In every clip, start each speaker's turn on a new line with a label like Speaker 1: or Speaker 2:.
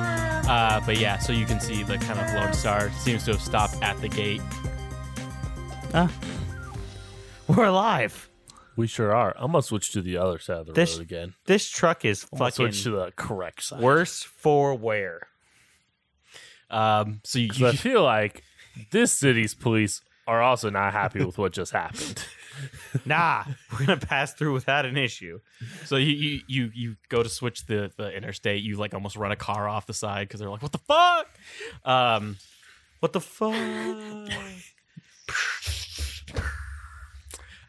Speaker 1: Uh, but yeah, so you can see the kind of Lone Star seems to have stopped at the gate.
Speaker 2: We're alive.
Speaker 3: We sure are. I'm gonna switch to the other side of the
Speaker 2: This
Speaker 3: road again.
Speaker 2: This truck is
Speaker 3: I'm gonna switch to
Speaker 2: fucking
Speaker 3: the correct side.
Speaker 2: worse for wear.
Speaker 1: Um, so you,
Speaker 3: 'Cause I feel like this city's police are also not happy with what just happened.
Speaker 2: Nah, we're gonna pass through without an issue.
Speaker 1: so you, you you you go to switch the the interstate. You like almost run a car off the side because they're like, "What the fuck?" Um,
Speaker 2: What the fuck?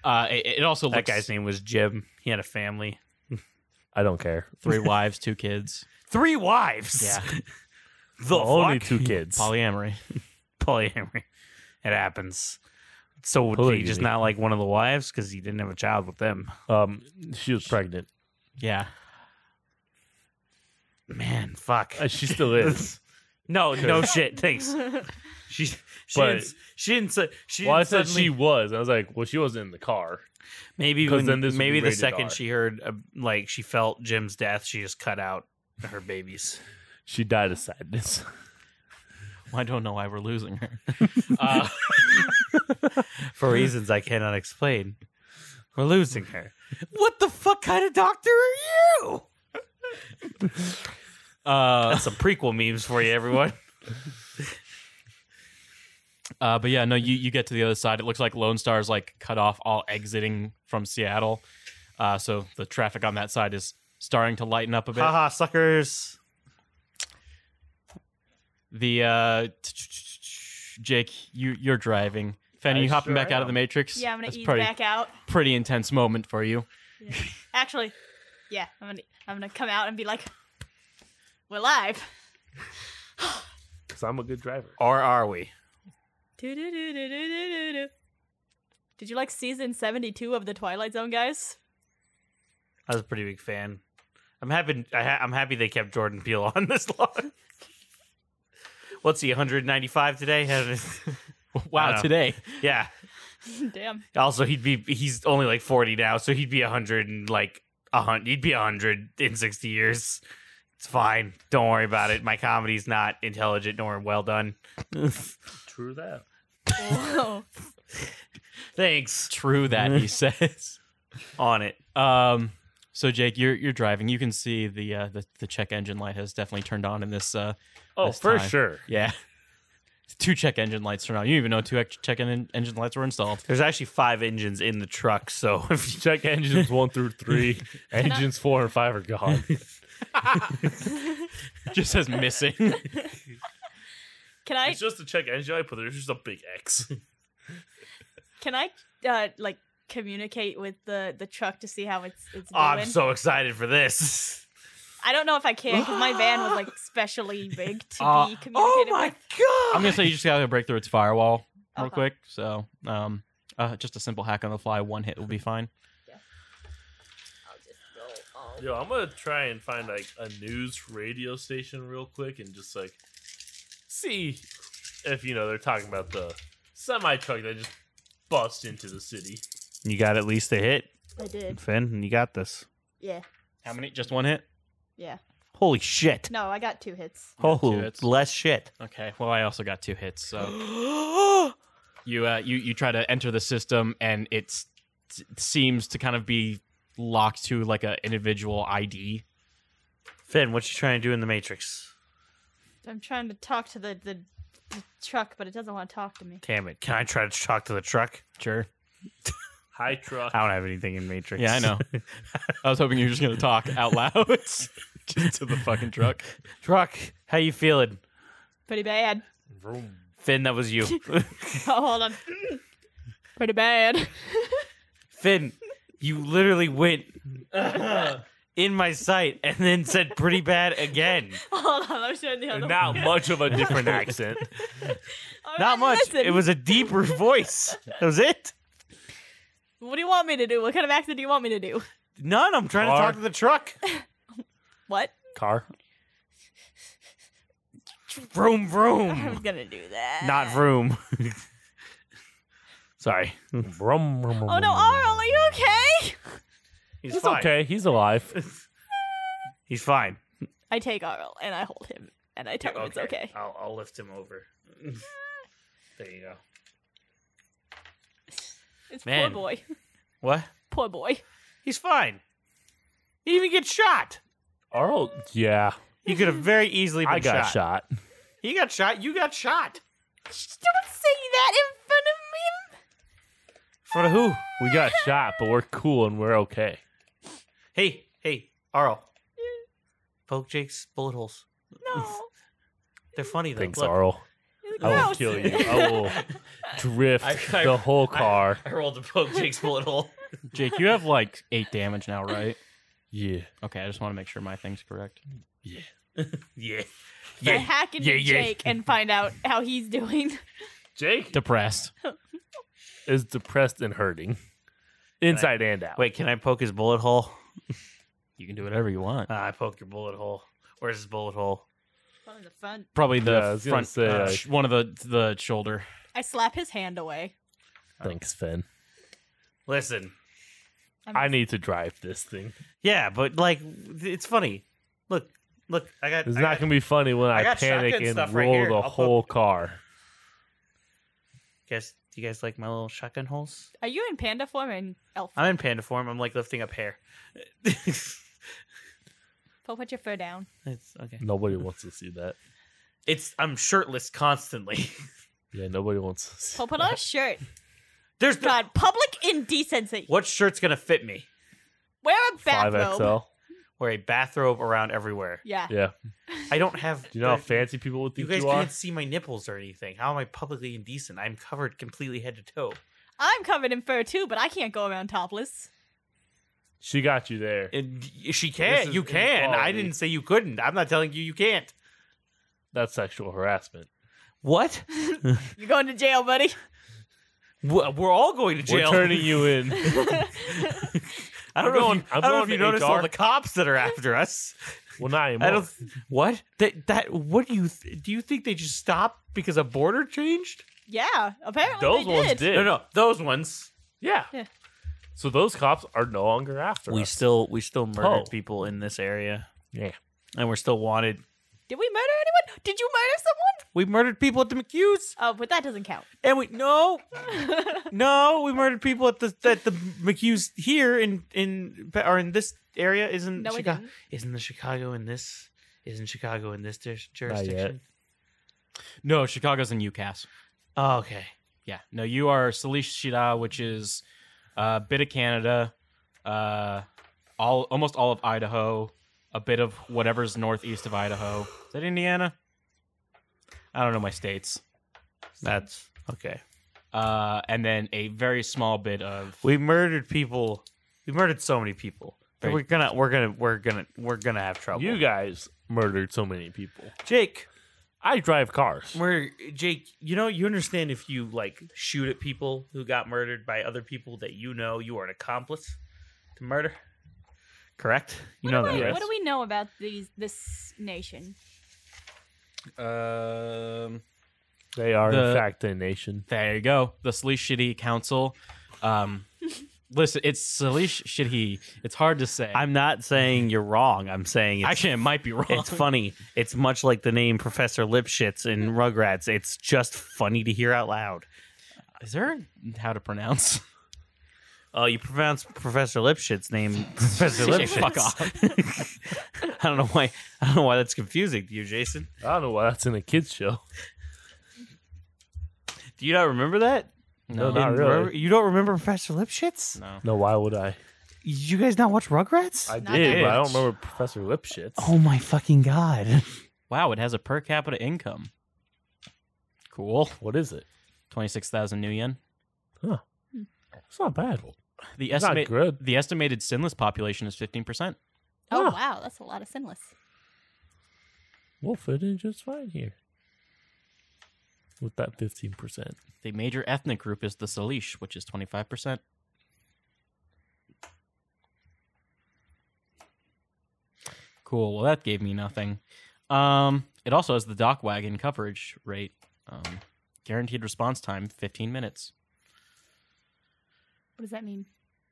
Speaker 1: uh, it, it also
Speaker 2: that
Speaker 1: looks
Speaker 2: guy's name was Jim. He had a family,
Speaker 3: I don't care.
Speaker 1: three wives, two kids.
Speaker 2: three wives.
Speaker 1: Yeah,
Speaker 2: the
Speaker 3: Only
Speaker 2: fuck?
Speaker 3: two kids.
Speaker 1: polyamory.
Speaker 2: polyamory. It happens. So would he
Speaker 3: Polygamy.
Speaker 2: just not like one of the wives because he didn't have a child with them?
Speaker 3: um, she was pregnant.
Speaker 1: Yeah,
Speaker 2: Man, fuck.
Speaker 3: Uh, she still is.
Speaker 2: No, no shit. Thanks. She she
Speaker 3: But-
Speaker 2: didn't, she didn't say she
Speaker 3: well, I
Speaker 2: didn't
Speaker 3: said
Speaker 2: suddenly,
Speaker 3: she was. I was like, well, she wasn't in the car.
Speaker 2: maybe
Speaker 3: 'cause
Speaker 2: when,
Speaker 3: then this would
Speaker 2: maybe
Speaker 3: be
Speaker 2: the
Speaker 3: rated
Speaker 2: second
Speaker 3: R.
Speaker 2: she heard uh, like she felt Jim's death, she just cut out her babies.
Speaker 3: She died of sadness.
Speaker 1: I don't know why we're losing her. Uh,
Speaker 2: for reasons I cannot explain. We're losing her. What the fuck kind of doctor are you?
Speaker 1: uh,
Speaker 2: That's some prequel memes for you, everyone.
Speaker 1: Uh, but yeah, no, you, you get to the other side. It looks like Lone Star's like cut off all exiting from Seattle. Uh, so the traffic on that side is starting to lighten up a bit.
Speaker 2: Haha, suckers.
Speaker 1: the uh, Jake, you you're driving. Fanny,
Speaker 3: I
Speaker 1: you hopping
Speaker 3: sure
Speaker 1: back out of the
Speaker 3: am.
Speaker 1: Matrix?
Speaker 4: Yeah, I'm gonna
Speaker 1: That's
Speaker 4: ease
Speaker 1: pretty,
Speaker 4: back out.
Speaker 1: Pretty intense moment for you.
Speaker 4: Actually, yeah, I'm gonna I'm gonna come out and be like, we're live.
Speaker 3: Because I'm a good driver.
Speaker 2: Or are we?
Speaker 4: Do-do-do-do-do-do-do. Did you like season 72 of The Twilight Zone, guys?
Speaker 2: I was a pretty big fan. I'm happy. I ha- I'm happy they kept Jordan Peele on this long. What's he? 195 today?
Speaker 1: Wow,
Speaker 2: know.
Speaker 1: today.
Speaker 2: yeah.
Speaker 4: Damn.
Speaker 2: Also, he'd be. He's only like 40 now, so he'd be 100 and like a hundred. He'd be 100 in 60 years. It's fine. Don't worry about it. My comedy's not intelligent nor well done.
Speaker 3: True that.
Speaker 4: Whoa.
Speaker 2: Thanks.
Speaker 1: True that he says.
Speaker 2: On it.
Speaker 1: Um, so Jake, you're you're driving. You can see the uh, the the check engine light has definitely turned on in this uh,
Speaker 3: Oh,
Speaker 1: This
Speaker 3: for
Speaker 1: time.
Speaker 3: sure.
Speaker 1: Yeah. Two check engine lights turned on. You didn't even know two ex- check en- engine lights were installed.
Speaker 2: There's actually five engines in the truck, so if you
Speaker 3: Check engines one through three. engines four and five are gone.
Speaker 1: Just says missing.
Speaker 4: Can I
Speaker 3: it's just a check engine light, but there's just a big X.
Speaker 4: can I uh like communicate with the the truck to see how it's it's
Speaker 2: Oh,
Speaker 4: doing?
Speaker 2: I'm so excited for this.
Speaker 4: I don't know if I can because my van was like specially big to
Speaker 1: Uh,
Speaker 4: be
Speaker 2: Oh
Speaker 4: communicated with.
Speaker 2: god!
Speaker 1: I'm gonna say you just gotta break through its firewall real
Speaker 4: Okay.
Speaker 1: quick. So, um, uh, just a simple hack on the fly. One hit will be fine.
Speaker 3: Yo, I'm gonna try and find like a news radio station real quick and just like see if you know they're talking about the semi truck that just bust into the city.
Speaker 2: You got at least a hit,
Speaker 4: I did.
Speaker 2: Finn, and you got this.
Speaker 4: Yeah.
Speaker 1: How many? Just one hit.
Speaker 4: Yeah.
Speaker 2: Holy shit!
Speaker 4: No, I got two hits.
Speaker 1: two
Speaker 2: Holy
Speaker 1: hits.
Speaker 2: less shit.
Speaker 1: Okay. Well, I also got two hits. So you uh, you you try to enter the system and it's, it seems to kind of be locked to like a individual ID.
Speaker 2: Finn, what you trying to do in the Matrix?
Speaker 4: I'm trying to talk to the, the, the truck, but it doesn't want to talk to me.
Speaker 2: Damn it! Can I try to talk to the truck?
Speaker 1: Sure.
Speaker 3: High truck.
Speaker 2: I don't have anything in Matrix.
Speaker 1: Yeah, I know. I was hoping you were just gonna talk out loud just to the fucking truck.
Speaker 2: truck, how you feeling,
Speaker 4: Pretty bad.
Speaker 3: Vroom.
Speaker 2: Finn? That was you,
Speaker 4: Oh, hold on. Pretty bad.
Speaker 2: Finn. You literally went in my sight and then said "pretty bad" again.
Speaker 4: hold on. I'm showing the other
Speaker 3: Not
Speaker 4: one.
Speaker 3: much of a different accent.
Speaker 4: All right,
Speaker 2: Not much.
Speaker 4: listen.
Speaker 2: It was a deeper voice. That was it.
Speaker 4: What do you want me to do? What kind of accent do you want me to do?
Speaker 2: None. I'm trying to
Speaker 3: Car.
Speaker 2: talk to the truck.
Speaker 4: What?
Speaker 3: Car.
Speaker 2: Vroom
Speaker 4: I was
Speaker 2: vroom.
Speaker 4: gonna do that.
Speaker 2: Not vroom. Sorry.
Speaker 3: Vroom, vroom,
Speaker 4: Oh no,
Speaker 3: vroom.
Speaker 4: Arl, are you okay?
Speaker 2: He's,
Speaker 3: He's
Speaker 2: fine.
Speaker 3: okay. He's alive.
Speaker 2: He's fine.
Speaker 4: I take Arl and I hold him and I tell him it's okay.
Speaker 2: I'll, I'll lift him over. there you go.
Speaker 4: It's
Speaker 2: Man.
Speaker 4: poor boy.
Speaker 2: What?
Speaker 4: Poor boy.
Speaker 2: He's fine. He didn't even get shot.
Speaker 5: Arl, yeah,
Speaker 2: He could have very easily been
Speaker 5: I got
Speaker 2: shot.
Speaker 5: shot.
Speaker 2: He got shot. You got shot.
Speaker 4: Don't say that in front of me.
Speaker 2: For who?
Speaker 5: We got shot, but we're cool and we're okay.
Speaker 2: Hey, hey, Arl. Poke Jake's bullet holes.
Speaker 4: No.
Speaker 2: They're funny though.
Speaker 5: Thanks,
Speaker 2: Look.
Speaker 5: Arl.
Speaker 4: You're
Speaker 5: I will
Speaker 4: gross.
Speaker 5: kill you. I will drift
Speaker 2: I- I-
Speaker 5: the whole
Speaker 2: I-
Speaker 5: car.
Speaker 2: I rolled a poke Jake's bullet hole.
Speaker 1: Jake, you have like eight damage now, right?
Speaker 5: yeah,
Speaker 1: Okay, I just want to make sure my thing's correct.
Speaker 5: yeah.
Speaker 2: Yeah.
Speaker 4: I
Speaker 2: Yeah.
Speaker 4: hack into
Speaker 2: Yeah, yeah.
Speaker 4: Jake and find out how he's doing.
Speaker 5: Jake
Speaker 1: Depressed.
Speaker 5: is depressed and hurting, inside and out.
Speaker 2: Wait, can I poke his bullet hole?
Speaker 1: You can do whatever you want.
Speaker 2: Uh, I poke your bullet hole. Where's his bullet hole?
Speaker 1: Probably
Speaker 5: Yeah, I
Speaker 1: the
Speaker 5: was gonna
Speaker 1: front,
Speaker 5: say,
Speaker 1: uh,
Speaker 5: like-
Speaker 1: sh- one of the the shoulder.
Speaker 4: I slap his hand away.
Speaker 5: Thanks, Finn.
Speaker 2: Listen.
Speaker 4: I'm
Speaker 5: I need to drive this thing.
Speaker 2: Yeah, but like, it's funny. Look, look. I got.
Speaker 5: It's
Speaker 2: I
Speaker 5: not
Speaker 2: got-
Speaker 5: gonna be funny when I,
Speaker 2: got
Speaker 5: panic
Speaker 2: shotgun
Speaker 5: and
Speaker 2: stuff right
Speaker 5: roll
Speaker 2: here.
Speaker 5: the
Speaker 2: I'll poke-
Speaker 5: whole car.
Speaker 2: Guys, do you guys like my little shotgun holes?
Speaker 4: Are you in panda form and elf?
Speaker 2: I'm in panda form. I'm like lifting up hair. it's
Speaker 4: Pull put your fur down.
Speaker 2: okay.
Speaker 5: Nobody wants to see that.
Speaker 2: It's I'm shirtless constantly.
Speaker 5: Yeah, nobody wants to see.
Speaker 4: Pull put on a shirt.
Speaker 2: There's no,
Speaker 4: God, public indecency.
Speaker 2: what shirt's gonna fit me?
Speaker 4: Wear a
Speaker 5: Five
Speaker 4: bathrobe.
Speaker 5: XL.
Speaker 2: Wear a bathrobe around everywhere.
Speaker 4: Yeah.
Speaker 5: Yeah.
Speaker 2: I don't have.
Speaker 5: Do you know how
Speaker 2: there-
Speaker 5: fancy people would
Speaker 2: You
Speaker 5: think
Speaker 2: guys
Speaker 5: you, are?
Speaker 2: can't see my nipples or anything. How am I publicly indecent? I'm covered completely head to toe.
Speaker 4: I'm covered in fur too, but I can't go around topless.
Speaker 5: She got you there.
Speaker 2: And y- she can.
Speaker 5: is
Speaker 2: You can. I
Speaker 5: inequality.
Speaker 2: didn't say you couldn't. I'm not telling you you can't.
Speaker 5: That's sexual harassment.
Speaker 2: What?
Speaker 4: You're going to jail, buddy.
Speaker 2: Wh- We're all going to jail.
Speaker 5: We're turning you in.
Speaker 2: I don't
Speaker 5: I'm
Speaker 2: know.
Speaker 5: going-
Speaker 2: if you,
Speaker 5: I'm
Speaker 2: I don't know
Speaker 5: going
Speaker 2: if you
Speaker 5: to
Speaker 2: noticed
Speaker 5: HR.
Speaker 2: all the cops that are after us.
Speaker 5: well, not anymore.
Speaker 2: I don't. What that that? What do you th- do? You think they just stopped because a border changed?
Speaker 4: yeah, apparently
Speaker 5: Those
Speaker 4: they
Speaker 5: ones
Speaker 4: did.
Speaker 5: did.
Speaker 2: No, no, those ones.
Speaker 5: Yeah.
Speaker 4: Yeah.
Speaker 5: So those cops are no longer after us.
Speaker 2: still we still
Speaker 5: murdered
Speaker 2: people in this area,
Speaker 5: yeah.
Speaker 2: and we're still wanted.
Speaker 4: Did we murder anyone? Did you murder someone?
Speaker 2: We murdered people at the McHughes,
Speaker 4: Oh, but that doesn't count.
Speaker 2: and we no, no, we murdered people at the at the McHughes here in in or in this area.
Speaker 5: Mm,
Speaker 2: Isn't
Speaker 4: No, we
Speaker 2: Chicago?
Speaker 4: didn't.
Speaker 2: Isn't the Chicago in this? Isn't Chicago in this jur-
Speaker 5: yet.
Speaker 2: jurisdiction?
Speaker 1: No, Chicago's in UCAS.
Speaker 2: Oh, okay.
Speaker 1: Yeah. No, you are Salishida, which is a bit of Canada, uh, all almost all of Idaho, a bit of whatever's northeast of Idaho. Is that Indiana? I don't know my states.
Speaker 2: That's okay.
Speaker 1: Uh, and then a very small bit of
Speaker 2: We murdered people. We murdered so many people.
Speaker 1: Very-
Speaker 2: We're gonna, we're gonna, we're gonna, we're gonna have trouble.
Speaker 5: You guys murdered so many people.
Speaker 2: Jake,
Speaker 5: I drive cars.
Speaker 2: murder, Jake. You know, you understand if you like shoot at people who got murdered by other people that you know you are an accomplice to murder. Correct. You know
Speaker 4: What,
Speaker 2: that,
Speaker 4: do we-
Speaker 2: right?
Speaker 4: what do we know about these this nation?
Speaker 1: um.
Speaker 5: They are
Speaker 1: The-
Speaker 5: in fact a nation.
Speaker 1: There you go. The Salishidi Council. Um, listen, it's Salishidi. It's hard to say.
Speaker 2: I'm not saying you're wrong. I'm saying it's,
Speaker 1: actually it might be wrong.
Speaker 2: it's funny. It's much like the name Professor Lipschitz in Rugrats. It's just funny to hear out loud.
Speaker 1: Is there how to pronounce?
Speaker 2: Oh, you pronounce Professor Lipschitz name Professor
Speaker 1: Yeah,
Speaker 2: Lipschitz.
Speaker 1: fuck
Speaker 2: off. I don't know why. I don't know why that's confusing to you, Jason.
Speaker 5: I don't know why that's in a kids show.
Speaker 2: Do you not remember that?
Speaker 5: No, not
Speaker 2: In
Speaker 5: really.
Speaker 2: Ru- You don't remember Professor Lipschitz?
Speaker 1: No.
Speaker 5: No, why would I?
Speaker 2: You guys not watch Rugrats?
Speaker 5: I
Speaker 4: Not
Speaker 5: did,
Speaker 4: that
Speaker 5: but I don't
Speaker 1: much.
Speaker 5: remember Professor Lipschitz.
Speaker 2: oh my fucking god!
Speaker 1: Wow, it has a per capita income. Cool.
Speaker 5: What is it?
Speaker 1: 26,000 new yen.
Speaker 5: It's not bad.
Speaker 1: The
Speaker 5: It's not
Speaker 1: estimate
Speaker 5: good.
Speaker 1: the estimated sinless population is 15%.
Speaker 4: Oh
Speaker 5: Huh.
Speaker 4: wow, that's a lot of sinless.
Speaker 5: We'll fit in just fine here. With that 15%.
Speaker 1: The major ethnic group is the Salish, which is 25%. Cool. Well, that gave me nothing. Um, it also has the dock wagon coverage rate. Um, guaranteed response time 15 minutes.
Speaker 4: What does that mean?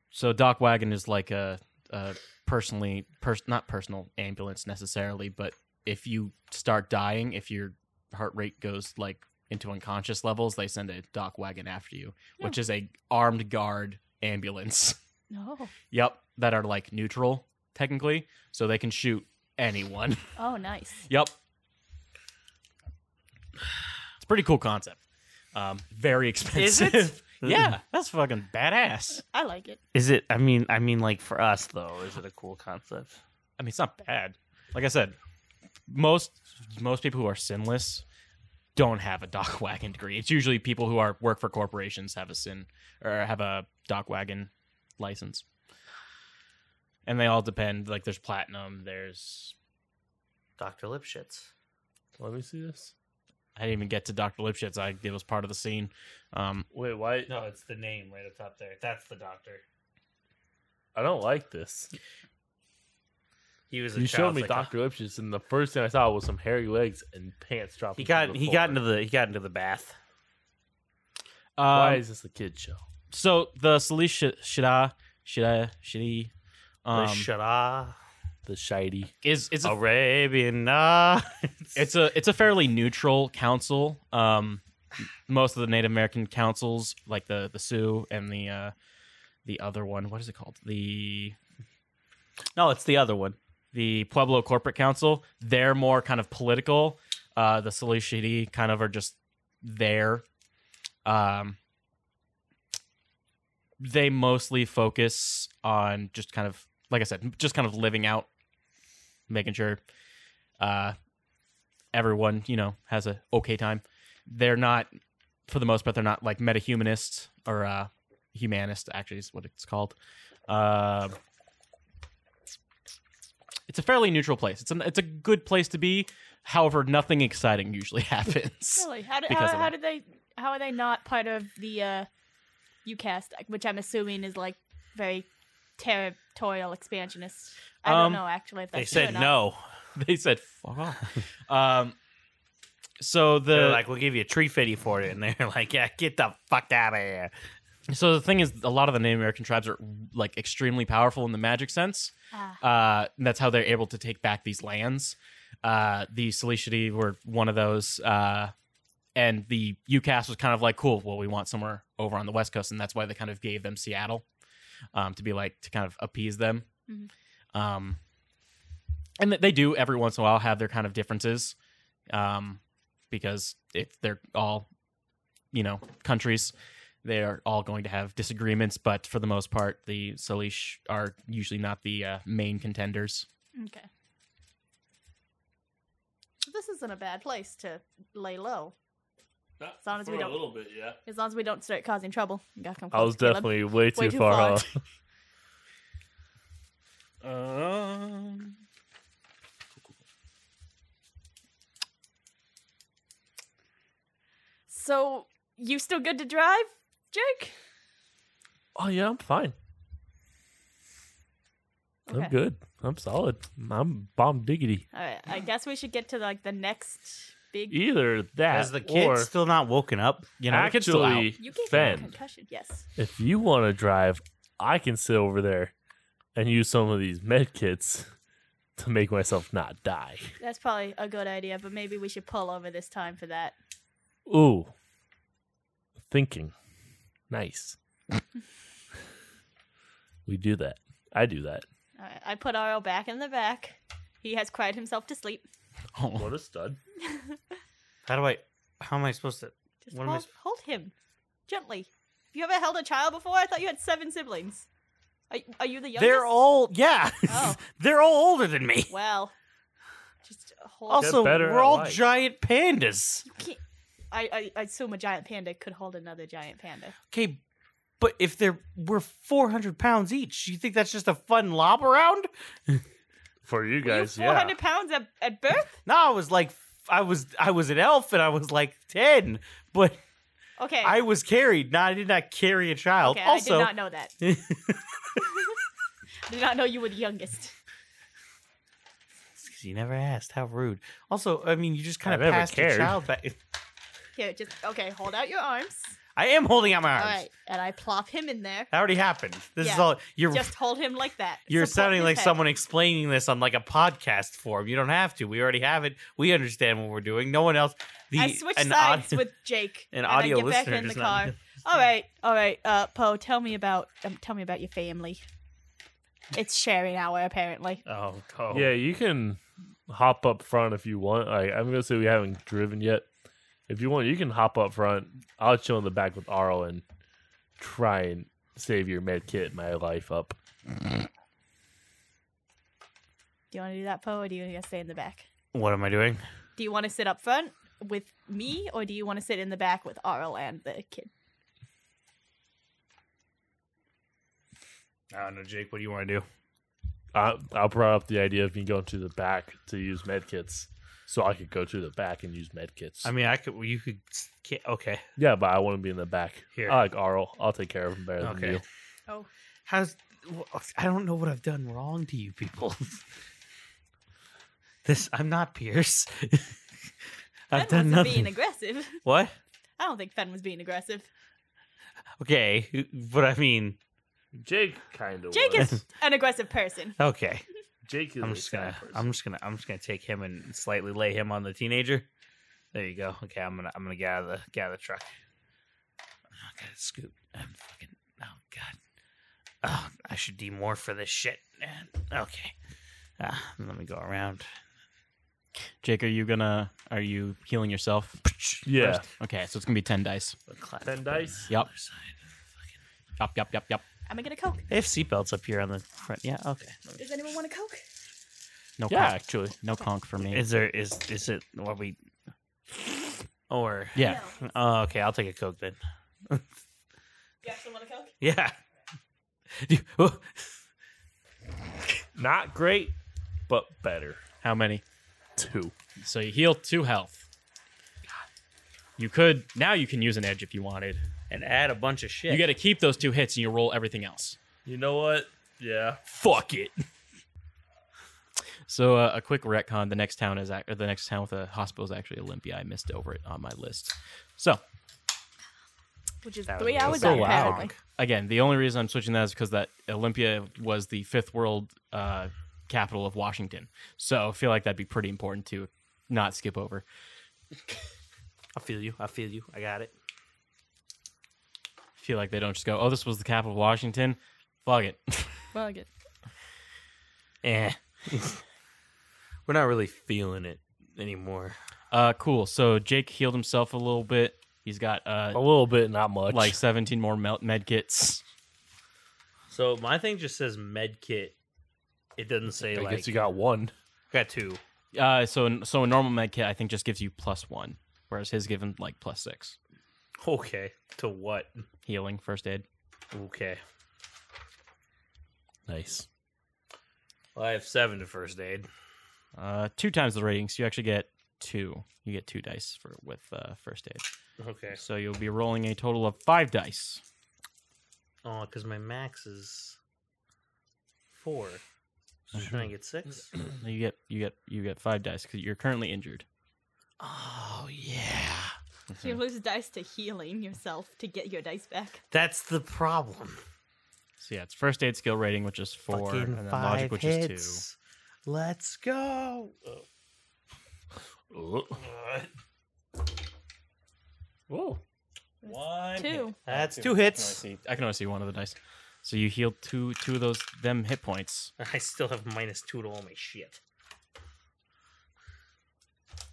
Speaker 1: So Doc Wagon is like a, a personally, pers- not personal ambulance necessarily, but if you start dying, if your heart rate goes like into unconscious levels, they send a dock wagon after you, which is a armed guard ambulance.
Speaker 4: No.
Speaker 1: yep, that are like neutral technically, so they can shoot anyone.
Speaker 4: Oh, nice.
Speaker 1: yep, it's a pretty cool concept. Um, very expensive. yeah, that's fucking badass.
Speaker 4: I like it.
Speaker 2: Is it? I mean, I mean, like for us though, is it a cool concept?
Speaker 1: I mean, it's not bad. Like I said, most most people who are sinless don't have a dock wagon degree. It's usually people who are work for corporations have a sin or have a dock wagon license, and they all depend. Like there's platinum. There's
Speaker 2: Doctor Lipschitz.
Speaker 3: Let me see this.
Speaker 1: I didn't even get to Doctor Lipschitz. I it was part of the scene. Um,
Speaker 3: Wait, why?
Speaker 2: No, it's the name right up top there. That's the doctor.
Speaker 3: I don't like this.
Speaker 2: He was. A
Speaker 3: You showed
Speaker 2: child
Speaker 3: me
Speaker 2: psycho-
Speaker 3: Doctor Lipschitz, and the first thing I saw was some hairy legs and pants dropping.
Speaker 2: He
Speaker 3: to
Speaker 2: got.
Speaker 3: the
Speaker 2: He
Speaker 3: floor.
Speaker 2: got into the. He got into the bath.
Speaker 3: Why
Speaker 1: um,
Speaker 3: is this a kid show?
Speaker 1: so the Salisha Shida Shida Shidi um,
Speaker 2: Shada.
Speaker 3: The shitey.
Speaker 1: is is a
Speaker 2: Arabian Nights.
Speaker 1: It's a it's a fairly neutral council. Um, most of the Native American councils, like the the Sioux and the uh, the other one, what is it called? The
Speaker 2: no, it's the other one.
Speaker 1: the Pueblo Corporate Council. They're more kind of political. Uh, the Seleucidi kind of are just there. Um, they mostly focus on just kind of, like I said, just kind of living out, making sure uh, everyone, you know, has a okay time. They're not, for the most part, they're not like metahumanists or uh, humanist, actually, is what it's called. Um, it's a fairly neutral place. It's a it's a good place to be. However, nothing exciting usually happens.
Speaker 4: Really? How did
Speaker 1: Because
Speaker 4: how,
Speaker 1: of
Speaker 4: how
Speaker 1: that.
Speaker 4: did they how are they not part of the uh UCAST, which I'm assuming is like very territorial expansionist. I
Speaker 1: Um,
Speaker 4: don't know actually if
Speaker 2: They
Speaker 4: that's
Speaker 2: said
Speaker 4: true or not.
Speaker 2: no.
Speaker 1: They said fuck off. um, so the
Speaker 2: They're like, we'll give you a tree fitty for it, and they're like, yeah, get the fuck out of here.
Speaker 1: so the thing is, a lot of the Native American tribes are like extremely powerful in the magic sense.
Speaker 4: Ah,
Speaker 1: Uh, and that's how they're able to take back these lands. Uh, the Seleucidae were one of those, uh, and the UCAS was kind of like, cool. Well, we want somewhere over on the West Coast, and that's why they kind of gave them Seattle um, to be like to kind of appease them.
Speaker 4: Mhm.
Speaker 1: Um, and th- they do every once in a while have their kind of differences, um, because if they're all, you know, countries, they are all going to have disagreements. But for the most part, the Salish are usually not the uh, main contenders.
Speaker 4: okay. This isn't a bad place to lay low. As long as we for a don't-
Speaker 3: little bit, yeah.
Speaker 4: As long as we don't start causing trouble. You gotta come
Speaker 3: I was
Speaker 4: close, Caleb.
Speaker 3: definitely way too,
Speaker 4: Way too
Speaker 3: far.
Speaker 4: far.
Speaker 3: off.
Speaker 1: Um.
Speaker 4: So you still good to drive, Jake?
Speaker 3: Oh yeah, I'm fine. I'm good. I'm solid. I'm bomb diggity.
Speaker 4: All right. I guess we should get to like the next big.
Speaker 3: Either that
Speaker 2: Has the kid
Speaker 3: or
Speaker 2: still not woken up?
Speaker 1: You know, we could still out.
Speaker 3: actually,
Speaker 4: You gave him a
Speaker 3: Fen,
Speaker 4: concussion. Yes.
Speaker 3: if you want to drive, I can sit over there and use some of these med kits to make myself not die.
Speaker 4: That's probably a good idea, but maybe we should pull over this time for that.
Speaker 3: Ooh, thinking, nice. we do that. I do that.
Speaker 4: All right. I put Arl back in the back. He has cried himself to sleep.
Speaker 1: Oh.
Speaker 3: a stud!
Speaker 2: How do I? How am I supposed to?
Speaker 4: Just
Speaker 2: What am I
Speaker 4: hold,
Speaker 2: sp-
Speaker 4: hold him gently. Have you ever held a child before? I thought you had seven siblings. Are, are you the youngest?
Speaker 2: They're all yeah.
Speaker 4: Oh.
Speaker 2: They're all older than me.
Speaker 4: Well, just hold.
Speaker 2: Also,
Speaker 3: better
Speaker 2: we're
Speaker 3: at
Speaker 2: all
Speaker 3: life.
Speaker 2: giant pandas.
Speaker 4: You can't- I, I I assume a giant panda could hold another giant panda.
Speaker 2: Okay, but if they're we're four hundred pounds each, you think that's just a fun lob around?
Speaker 3: For you
Speaker 4: Were
Speaker 3: guys,
Speaker 4: you
Speaker 3: yeah.
Speaker 4: 400 pounds at, at birth?
Speaker 2: No, I was like, I was I was an elf and I was like ten, but
Speaker 4: Okay.
Speaker 2: I was carried. No, I did not carry a child.
Speaker 4: okay,
Speaker 2: also,
Speaker 4: I did not know that. did not know you were the youngest.
Speaker 2: you never asked. How rude. Also, I mean, you just kind
Speaker 3: I
Speaker 2: of
Speaker 3: never
Speaker 2: passed your
Speaker 3: cared.
Speaker 2: child back.
Speaker 4: Here, just okay. Hold out your arms.
Speaker 2: I am holding out my
Speaker 4: All
Speaker 2: arms.
Speaker 4: right, and I plop him in there.
Speaker 2: That already happened. This is
Speaker 4: Yeah.
Speaker 2: all you're.
Speaker 4: Just hold him like that.
Speaker 2: you're
Speaker 4: Support
Speaker 2: sounding
Speaker 4: his
Speaker 2: like
Speaker 4: head.
Speaker 2: someone explaining this on like a podcast form. You don't have to. We already have it. We understand what we're doing. No one else. The
Speaker 4: I switch
Speaker 2: an
Speaker 4: sides
Speaker 2: audi-
Speaker 4: with Jake.
Speaker 2: an
Speaker 4: and
Speaker 2: audio
Speaker 4: I get back
Speaker 2: listener
Speaker 4: in the
Speaker 2: does not-
Speaker 4: car. all right, all right, uh, Poe, tell me about um, tell me about your family. It's sharing hour apparently.
Speaker 2: Oh, oh.
Speaker 3: Yeah, you can hop up front if you want. I, I'm gonna say we haven't driven yet. If you want, you can hop up front. I'll chill in the back with Arl and try and save your med kit, my life up.
Speaker 4: Do you want to do that, Poe, or do you want to stay in the back?
Speaker 2: What am I doing?
Speaker 4: Do you want to sit up front with me, or do you want to sit in the back with Arl and the kid?
Speaker 2: I don't know, Jake. What do you want to do?
Speaker 3: I, I brought up the idea of me going to the back to use med kits, so I could go to the back and use med kits.
Speaker 2: I mean, I could. You could. can okay.
Speaker 3: yeah, but I want to be in the back.
Speaker 2: Here.
Speaker 3: I like Arl. I'll take care of him better
Speaker 2: Okay.
Speaker 3: than you.
Speaker 4: Oh,
Speaker 2: How's I don't know what I've done wrong to you people. this I'm not Pierce. I've
Speaker 4: Fen
Speaker 2: done
Speaker 4: wasn't being
Speaker 2: nothing.
Speaker 4: aggressive.
Speaker 2: what?
Speaker 4: I don't think Fen was being aggressive.
Speaker 2: Okay, but I mean,
Speaker 3: Jake kind of.
Speaker 4: Jake is an aggressive person.
Speaker 2: okay.
Speaker 3: Jake is.
Speaker 2: I'm just gonna, I'm just gonna, I'm just gonna take him and slightly lay him on the teenager. There you go. Okay, I'm gonna, I'm gonna get out of the, get out of the truck. I gotta scoot. I'm fucking. Oh god. Oh, I should do more for this shit. man. Okay. Ah, let me go around.
Speaker 1: Jake, are you gonna are you healing yourself?
Speaker 3: yeah.
Speaker 1: Okay, so it's gonna be ten dice.
Speaker 2: Clap.
Speaker 3: Ten dice.
Speaker 1: Yup.
Speaker 2: Other side.
Speaker 1: Yup, yup, yup, yup.
Speaker 4: I'm gonna coke.
Speaker 2: They have seatbelts up here on the front. Yeah. Okay. Let me-
Speaker 4: Does anyone want a coke?
Speaker 1: No
Speaker 3: Yeah,
Speaker 1: conk.
Speaker 3: actually.
Speaker 1: No conk for me.
Speaker 2: Is there is is it what we or
Speaker 1: yeah.
Speaker 4: No.
Speaker 2: oh okay I'll take a coke then
Speaker 4: You actually want a coke?
Speaker 2: yeah Do- oh,
Speaker 3: Not great, but better.
Speaker 1: How many?
Speaker 3: Two.
Speaker 1: So you heal two health. You could now you can use an edge if you wanted.
Speaker 2: and add a bunch of shit
Speaker 1: You got to keep those two hits and you roll everything else.
Speaker 3: You know what? Yeah.
Speaker 1: Fuck it. So uh, a quick retcon: the next town is ac- or the next town with a hospital is actually Olympia. I missed over it on my list. So
Speaker 4: Which is
Speaker 2: That
Speaker 4: three
Speaker 2: was
Speaker 4: hours
Speaker 2: so
Speaker 4: out,
Speaker 2: loud.
Speaker 4: apparently.
Speaker 1: again, the only reason I'm switching that is because that Olympia was the fifth world uh, capital of Washington. So I feel like that'd be pretty important to not skip over.
Speaker 2: I feel you I feel you I got it
Speaker 1: I feel like they don't just go, "Oh, this was the capital of Washington." Fuck it.
Speaker 4: Well, good.
Speaker 2: eh we're not really feeling it anymore
Speaker 1: Uh, cool. So Jake healed himself a little bit. He's got
Speaker 3: A
Speaker 5: Oh,
Speaker 1: uh,
Speaker 3: little bit, not much.
Speaker 1: like 17 more mel- med kits.
Speaker 2: so my thing just says med kit it doesn't say
Speaker 3: I
Speaker 2: like
Speaker 3: guess you got one.
Speaker 2: got two
Speaker 1: Uh, so so a normal med kit I think just gives you plus one, whereas his given like plus six
Speaker 2: okay to what
Speaker 1: healing, first aid.
Speaker 2: okay
Speaker 3: Nice.
Speaker 2: well, I have seven to first aid
Speaker 1: Uh, two times the rating, so you actually get two. You get two dice for with uh, first aid.
Speaker 2: okay
Speaker 1: So you'll be rolling a total of five dice.
Speaker 2: Oh, because my max is four. So should I
Speaker 1: Mm-hmm.
Speaker 2: get six?
Speaker 1: You get you get you get five dice because you're currently injured.
Speaker 2: Oh yeah,
Speaker 4: You lose dice to healing yourself to get your dice back.
Speaker 2: that's the problem.
Speaker 1: So yeah, it's first aid skill rating, which is four,
Speaker 2: Fucking
Speaker 1: and then
Speaker 2: five
Speaker 1: logic, which
Speaker 2: hits.
Speaker 1: is two.
Speaker 2: Let's go. Oh,
Speaker 3: Whoa.
Speaker 2: One.
Speaker 4: Two.
Speaker 2: hit. That's two
Speaker 1: I
Speaker 2: hits.
Speaker 1: can, only see, I can only see one of the dice. So you heal two two of those them hit points.
Speaker 2: I still have minus two to all my shit.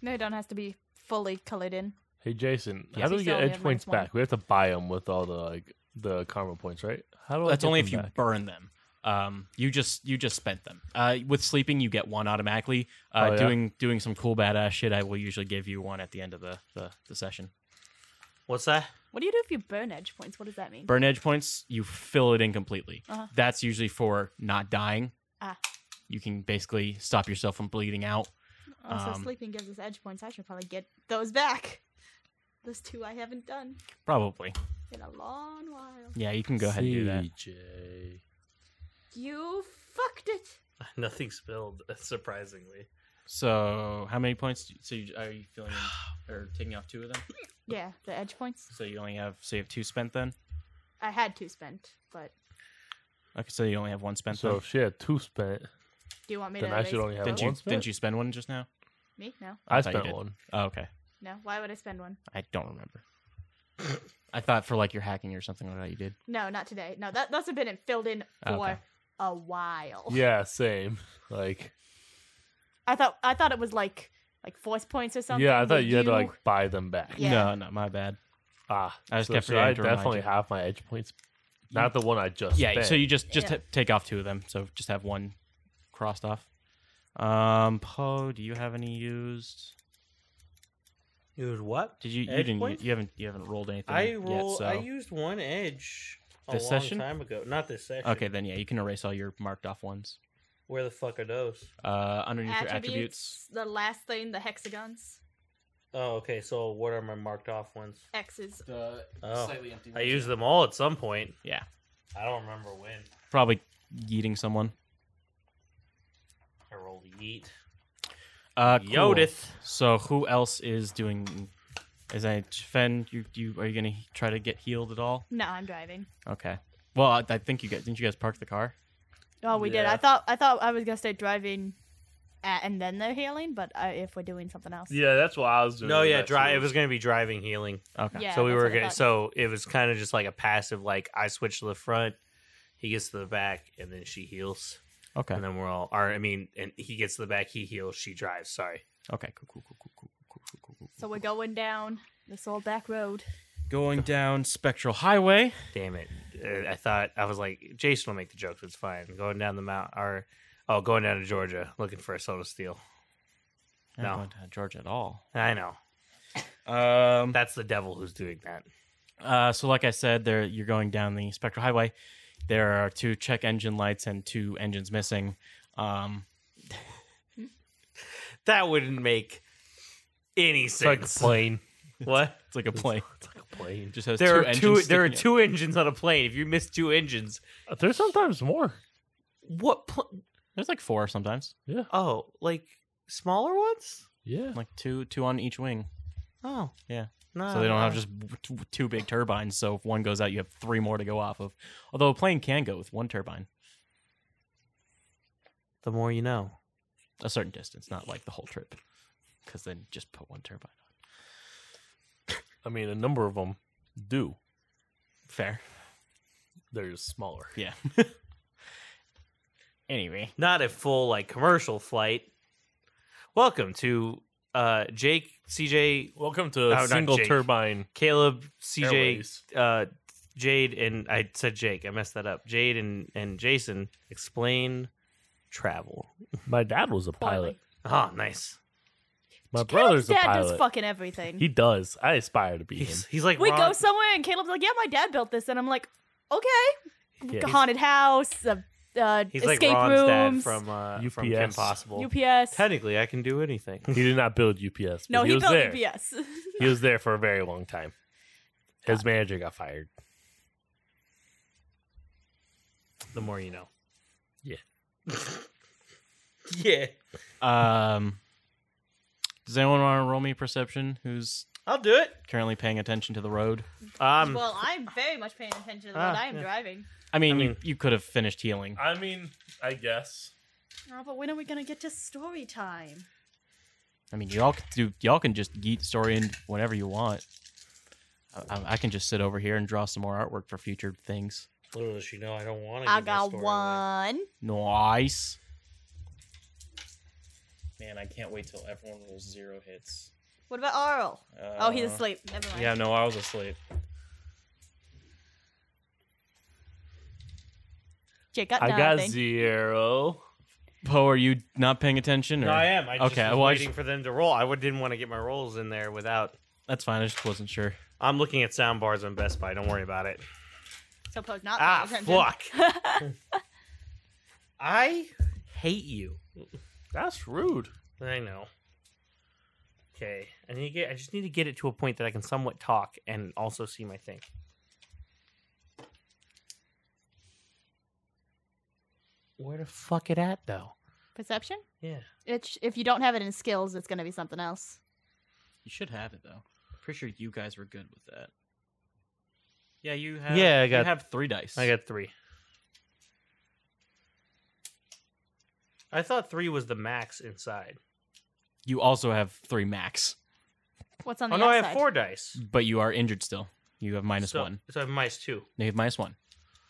Speaker 4: No, it don't has to be fully colored in.
Speaker 3: Hey Jason,
Speaker 4: Yeah.
Speaker 3: how do we
Speaker 4: He's
Speaker 3: get
Speaker 4: only
Speaker 3: edge
Speaker 4: at
Speaker 3: points
Speaker 4: minus one.
Speaker 3: back? We have to buy them with all the like the karma points, right? How do I?
Speaker 1: That's
Speaker 3: get
Speaker 1: only
Speaker 3: them
Speaker 1: if you
Speaker 3: back?
Speaker 1: burn them. Um, you just you just spent them. Uh, with sleeping, you get one automatically. Uh,
Speaker 3: Oh, yeah?
Speaker 1: Doing doing some cool badass shit, I will usually give you one at the end of the the, the session.
Speaker 2: What's that?
Speaker 4: What do you do if you burn edge points? What does that mean?
Speaker 1: Burn edge points, you fill it in completely.
Speaker 4: Uh-huh.
Speaker 1: That's usually for not dying.
Speaker 4: Ah.
Speaker 1: You can basically stop yourself from bleeding out.
Speaker 4: also,
Speaker 1: um,
Speaker 4: Oh, sleeping gives us edge points. I should probably get those back. Those two I haven't done
Speaker 1: Probably.
Speaker 4: in a long while.
Speaker 1: Yeah, you can go ahead and do that.
Speaker 3: CJ.
Speaker 4: You fucked it.
Speaker 2: Nothing spilled, surprisingly.
Speaker 1: So, how many points? do you- so, you, are you filling in or taking off two of them?
Speaker 4: Yeah, the edge points.
Speaker 1: So you only have so you have two spent then.
Speaker 4: I had two spent, but
Speaker 1: Okay, so you only have one spent.
Speaker 3: So
Speaker 1: So
Speaker 3: if she had two spent,
Speaker 4: do you want me
Speaker 3: Then
Speaker 4: to?
Speaker 3: I
Speaker 4: raise
Speaker 3: should only have
Speaker 1: didn't
Speaker 4: both?
Speaker 1: you
Speaker 3: one spent?
Speaker 1: didn't you spend one just now?
Speaker 4: Me? No,
Speaker 3: I
Speaker 1: thought you
Speaker 3: spent
Speaker 1: did.
Speaker 3: one.
Speaker 1: Oh, okay.
Speaker 4: no. Why would I spend one?
Speaker 1: I don't remember. I thought for like your hacking or something like that you did.
Speaker 4: No, not today. No, that those have been in- filled in for
Speaker 1: Okay.
Speaker 4: a while.
Speaker 3: Yeah, same. Like,
Speaker 4: I thought I thought it was like like force points or something.
Speaker 3: yeah, I thought
Speaker 4: that
Speaker 3: you had to like buy them back.
Speaker 4: Yeah.
Speaker 1: No, not my bad.
Speaker 3: Ah,
Speaker 1: I just
Speaker 3: so
Speaker 1: kept
Speaker 3: should I
Speaker 1: forgetting to remind
Speaker 3: definitely
Speaker 1: you.
Speaker 3: have my edge points, not the one I just.
Speaker 1: Yeah,
Speaker 3: spent.
Speaker 1: so you just just
Speaker 4: Yeah.
Speaker 1: ha- take off two of them. So just have one crossed off. Um, Poe, do you have any used?
Speaker 2: It was what?
Speaker 1: Did you you
Speaker 2: Edge
Speaker 1: didn't
Speaker 2: points?
Speaker 1: you haven't you haven't rolled anything
Speaker 2: I roll.
Speaker 1: yet? So
Speaker 2: I used one edge a
Speaker 1: This
Speaker 2: long
Speaker 1: session?
Speaker 2: time ago. Not this session.
Speaker 1: okay, then yeah, you can erase all your marked off ones.
Speaker 2: Where the fuck are those?
Speaker 1: Uh, underneath
Speaker 4: attributes,
Speaker 1: your attributes.
Speaker 4: The last thing, the hexagons,
Speaker 2: Oh, okay. So what are my marked off ones?
Speaker 4: X's.
Speaker 1: The
Speaker 2: Oh,
Speaker 1: empty.
Speaker 2: I used them all at some point.
Speaker 1: Yeah,
Speaker 2: I don't remember when.
Speaker 1: probably yeeting someone.
Speaker 2: I rolled yeet.
Speaker 1: Uh, cool.
Speaker 2: Yodith.
Speaker 1: So who else is doing? Is I Fen? You you are you gonna try to get healed at all?
Speaker 4: No, I'm driving.
Speaker 1: Okay. Well, I, I think you guys didn't you guys park the car?
Speaker 4: Oh, we did.
Speaker 2: Yeah.
Speaker 4: I thought I thought I was gonna stay driving, at, and then they're healing. But uh, if we're doing something else,
Speaker 3: Yeah, that's what I was doing.
Speaker 2: No,
Speaker 3: with
Speaker 2: yeah,
Speaker 3: that
Speaker 2: dri-
Speaker 3: too.
Speaker 2: It was going to be driving healing.
Speaker 1: Okay.
Speaker 4: Yeah,
Speaker 2: so we
Speaker 4: that's
Speaker 2: were
Speaker 4: what I
Speaker 2: gonna,
Speaker 4: thought.
Speaker 2: so it was kind of just like a passive like i switch to the front he gets to the back and then she heals
Speaker 1: Okay.
Speaker 2: and then we're all or i mean and he gets to the back he heals she drives sorry
Speaker 1: Okay. Cool. Cool. Cool. Cool. Cool. Cool. Cool. Cool. cool.
Speaker 4: so we're going down this old back road.
Speaker 1: Going down Spectral Highway.
Speaker 2: damn it Uh, i thought i was like jason will make the jokes it's fine going down the mount or oh going down to georgia looking for a soda steal
Speaker 1: I'm
Speaker 2: No.
Speaker 1: going to Georgia at all.
Speaker 2: i know
Speaker 1: Um.
Speaker 2: that's the devil who's doing that
Speaker 1: Uh, so, like I said, there you're going down the Spectral Highway. There are two check engine lights and two engines missing. Um,
Speaker 2: that wouldn't make any
Speaker 3: It's like a
Speaker 2: sense
Speaker 3: plane.
Speaker 2: what
Speaker 1: it's like a plane.
Speaker 3: It's like a plane.
Speaker 1: It just has two
Speaker 2: there are two
Speaker 1: engines
Speaker 2: there are
Speaker 1: sticking out.
Speaker 2: two engines on a plane if you miss two engines
Speaker 3: There's sometimes more.
Speaker 2: what pl-
Speaker 1: There's like four sometimes.
Speaker 2: Oh, like smaller ones?
Speaker 3: Yeah.
Speaker 1: Like two two on each wing.
Speaker 2: Oh,
Speaker 1: Yeah.
Speaker 2: No,
Speaker 1: so they don't have
Speaker 4: Ah.
Speaker 1: just w- t- two big turbines. So if one goes out, you have three more to go off of. Although a plane can go with one turbine
Speaker 2: the more you know.
Speaker 1: a certain distance, not like the whole trip, because then just put one turbine on.
Speaker 3: I mean, a number of them do.
Speaker 1: Fair.
Speaker 3: They're just smaller.
Speaker 1: Yeah. anyway.
Speaker 2: Not a full like commercial flight. Welcome to uh Jake, CJ,
Speaker 3: Welcome to
Speaker 2: not
Speaker 3: single
Speaker 2: Jake.
Speaker 3: turbine
Speaker 2: Caleb, CJ,
Speaker 3: Airways.
Speaker 2: uh Jade and I said Jake, I messed that up. Jade and and Jason explain travel.
Speaker 3: My dad was a
Speaker 4: Finally.
Speaker 3: pilot.
Speaker 2: Oh, nice.
Speaker 3: My
Speaker 4: Caleb's
Speaker 3: brother's a
Speaker 4: dad does
Speaker 3: pilot.
Speaker 4: fucking everything.
Speaker 3: He does. I aspire to be him.
Speaker 2: He's, he's like
Speaker 4: we
Speaker 2: Ron-
Speaker 4: go somewhere, and Caleb's like, "Yeah, my dad built this," and I'm like, "Okay."
Speaker 3: Yeah.
Speaker 4: haunted house, uh, uh,
Speaker 2: He's like
Speaker 4: escape
Speaker 2: Ron's dad
Speaker 4: rooms,
Speaker 2: from uh from Kim
Speaker 3: UPS.
Speaker 2: Possible.
Speaker 4: UPS.
Speaker 2: Technically, I can do anything.
Speaker 3: He did not build UPS.
Speaker 4: no,
Speaker 3: but
Speaker 4: he,
Speaker 3: was
Speaker 4: built
Speaker 3: there.
Speaker 4: UPS.
Speaker 3: He was there for a very long time. His manager got fired.
Speaker 2: the more you know.
Speaker 3: Yeah.
Speaker 2: yeah.
Speaker 1: Um, does anyone want to roll me perception? Who's
Speaker 2: I'll do it.
Speaker 1: currently paying attention to the road?
Speaker 2: Um,
Speaker 4: well, I'm very much paying attention to
Speaker 2: Ah,
Speaker 4: that. I am
Speaker 2: yeah.
Speaker 4: driving.
Speaker 1: I mean, you,
Speaker 2: mean-
Speaker 1: you could have finished healing.
Speaker 3: I mean, I guess.
Speaker 4: Oh, but when are we gonna get to story time?
Speaker 1: I mean, y'all can do y'all can just geet story in whenever you want. I- I, I can just sit over here and draw some more artwork for future things.
Speaker 2: little does she know I don't want to.
Speaker 4: I got one.
Speaker 1: Nice. Man, I can't wait till everyone rolls zero hits.
Speaker 4: What about Arl?
Speaker 1: Uh,
Speaker 4: oh, he's asleep. Never mind.
Speaker 1: Yeah, no, I was asleep.
Speaker 4: Jake got
Speaker 3: I
Speaker 4: Uh, nothing.
Speaker 3: got zero.
Speaker 1: Poe, are you not paying attention? Or?
Speaker 2: No, I am. I just
Speaker 1: Okay,
Speaker 2: was
Speaker 1: well, I
Speaker 2: waiting
Speaker 1: just-
Speaker 2: for them to roll. I would- didn't want to get my rolls in there without.
Speaker 1: That's fine. I just wasn't sure.
Speaker 2: I'm looking at sound bars on Best Buy. Don't worry about it.
Speaker 4: So Poe's not
Speaker 2: Ah,
Speaker 4: paying
Speaker 2: fuck.
Speaker 4: attention.
Speaker 2: I hate you.
Speaker 3: That's rude.
Speaker 2: I know. Okay, I need to get. I just need to get it to a point that I can somewhat talk and also see my thing. Where the fuck it at though?
Speaker 4: Perception?
Speaker 2: Yeah.
Speaker 4: It's if you don't have it in skills, it's gonna be something else.
Speaker 1: You should have it though. Pretty sure you guys were good with that. Yeah, you have.
Speaker 2: Yeah, I
Speaker 1: you
Speaker 2: got-
Speaker 1: have three dice.
Speaker 2: I got three. I thought three was the max inside.
Speaker 1: You also have three max,
Speaker 4: What's on
Speaker 2: Oh
Speaker 4: the
Speaker 2: no, I have
Speaker 4: outside?
Speaker 2: four dice.
Speaker 1: but you are injured still. You have minus
Speaker 2: so,
Speaker 1: one.
Speaker 2: So I have minus two.
Speaker 1: You have minus one.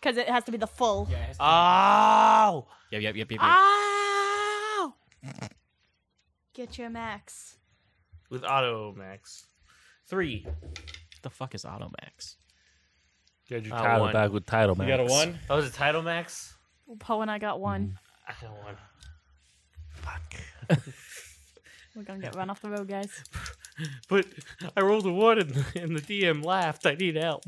Speaker 4: Because it has to be the full.
Speaker 1: Yeah.
Speaker 2: Oh,
Speaker 1: Yep. Yep. Yep. Yep. yep.
Speaker 2: oh!
Speaker 4: Get your max.
Speaker 2: With auto max, three.
Speaker 1: the fuck is auto max?
Speaker 3: Get your
Speaker 2: Uh,
Speaker 3: title
Speaker 2: one.
Speaker 3: back with title, man.
Speaker 2: That was a title max.
Speaker 4: Well, Poe and I got one.
Speaker 2: I got one.
Speaker 4: We're gonna get run off the road, guys.
Speaker 2: But I rolled a one, and, and the DM laughed. I need help.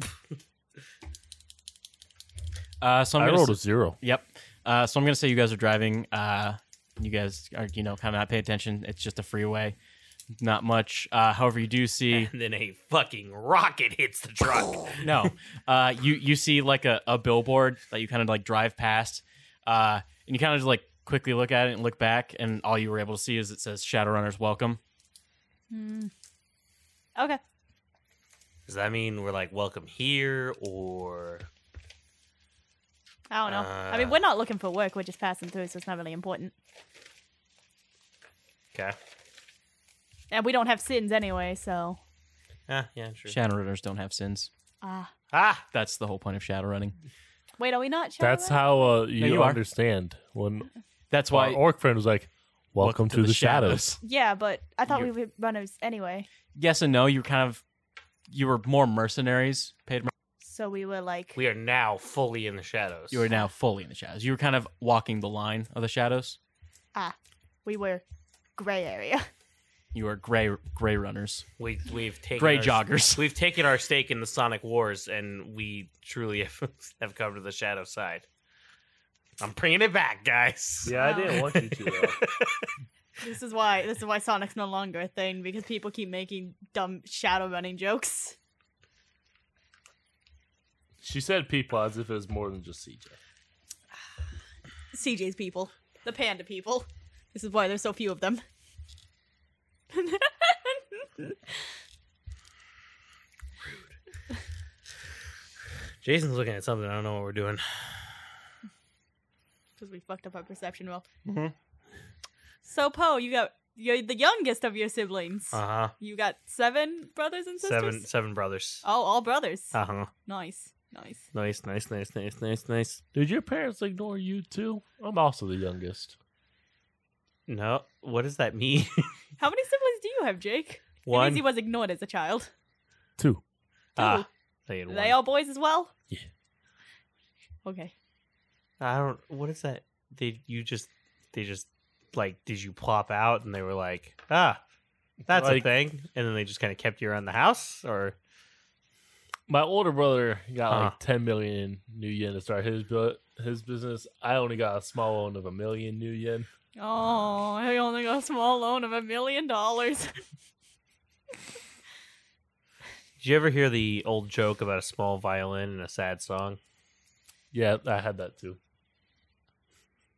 Speaker 1: Uh, so I'm
Speaker 3: I
Speaker 1: gonna
Speaker 3: rolled
Speaker 1: s-
Speaker 3: a zero.
Speaker 1: Yep. Uh, so I'm gonna say you guys are driving. Uh, you guys are you know kind of not paying attention. It's just a freeway, not much. Uh, however, you do see
Speaker 2: And then a fucking rocket hits the truck.
Speaker 1: no. Uh, you you see like a, a billboard that you kind of like drive past, uh, and you kind of just like quickly look at it and look back, and all you were able to see is it says Shadowrunners Welcome.
Speaker 4: Hmm. Okay.
Speaker 2: Does that mean we're like welcome here, or
Speaker 4: I don't know. I
Speaker 2: Uh.
Speaker 4: mean, we're not looking for work. We're just passing through, so it's not really important.
Speaker 2: okay?
Speaker 4: And we don't have sins anyway, so.
Speaker 2: Ah, yeah, sure.
Speaker 1: Shadowrunners don't have sins.
Speaker 4: Ah.
Speaker 2: ah,
Speaker 1: That's the whole point of Shadowrunning.
Speaker 4: Wait, are we not? Shadowrun?
Speaker 3: That's how uh, you,
Speaker 1: you are.
Speaker 3: understand when
Speaker 1: That's
Speaker 3: our
Speaker 1: why.
Speaker 3: orc friend was like, "Welcome, to, the, shadows."
Speaker 4: Yeah, but I thought
Speaker 1: You're-
Speaker 4: we were runners anyway.
Speaker 1: Yes and no. You kind of you were more mercenaries, paid
Speaker 4: So we were like.
Speaker 2: we are now fully in the shadows.
Speaker 1: You are now fully in the shadows. You were kind of walking the line of the shadows.
Speaker 4: we were gray area.
Speaker 1: You are gray gray runners,
Speaker 2: we we've taken
Speaker 1: gray
Speaker 2: our-
Speaker 1: joggers.
Speaker 2: We've taken our stake in the Sonic Wars, and we truly have, have come to the shadow side. I'm bringing it back, guys.
Speaker 3: Yeah, I
Speaker 4: Oh.
Speaker 3: didn't want you to. though.
Speaker 4: This is why this is why Sonic's no longer a thing because people keep making dumb shadow running jokes.
Speaker 3: she said people as if it was more than just CJ.
Speaker 4: CJ's people, the panda people. This is why there's so few of them.
Speaker 2: Jason's looking at something. I don't know what we're doing.
Speaker 4: Because we fucked up our perception roll.
Speaker 1: Mhm.
Speaker 2: Mm-hmm.
Speaker 4: So Poe, you got you're the youngest of your siblings.
Speaker 2: Uh huh.
Speaker 4: you got seven brothers and sisters.
Speaker 2: Seven seven brothers.
Speaker 4: Oh, all brothers.
Speaker 2: Uh huh.
Speaker 4: Nice, nice.
Speaker 2: Nice, nice, nice, nice, nice, nice.
Speaker 3: Did your parents ignore you too? I'm also the youngest.
Speaker 2: No, what does that mean?
Speaker 4: How many siblings do you have, Jake? It means he
Speaker 2: one.
Speaker 4: was ignored as a child.
Speaker 3: Two.
Speaker 2: Ah,
Speaker 4: Ooh.
Speaker 2: they had
Speaker 4: Are
Speaker 2: one.
Speaker 4: they all boys as well?
Speaker 3: Yeah.
Speaker 4: Okay.
Speaker 2: I don't. What is that? They you just they just like did you plop out and they were like ah that's
Speaker 3: Like-
Speaker 2: a thing and then they just kind of kept you around the house or
Speaker 3: My older brother got
Speaker 2: Huh.
Speaker 3: like 10 million new yen to start his bu- his business. I only got a small one of a million new yen.
Speaker 4: Oh, I only got a small loan of a million dollars.
Speaker 2: Did you ever hear the old joke about a small violin and a sad song?
Speaker 3: Yeah, I had that too.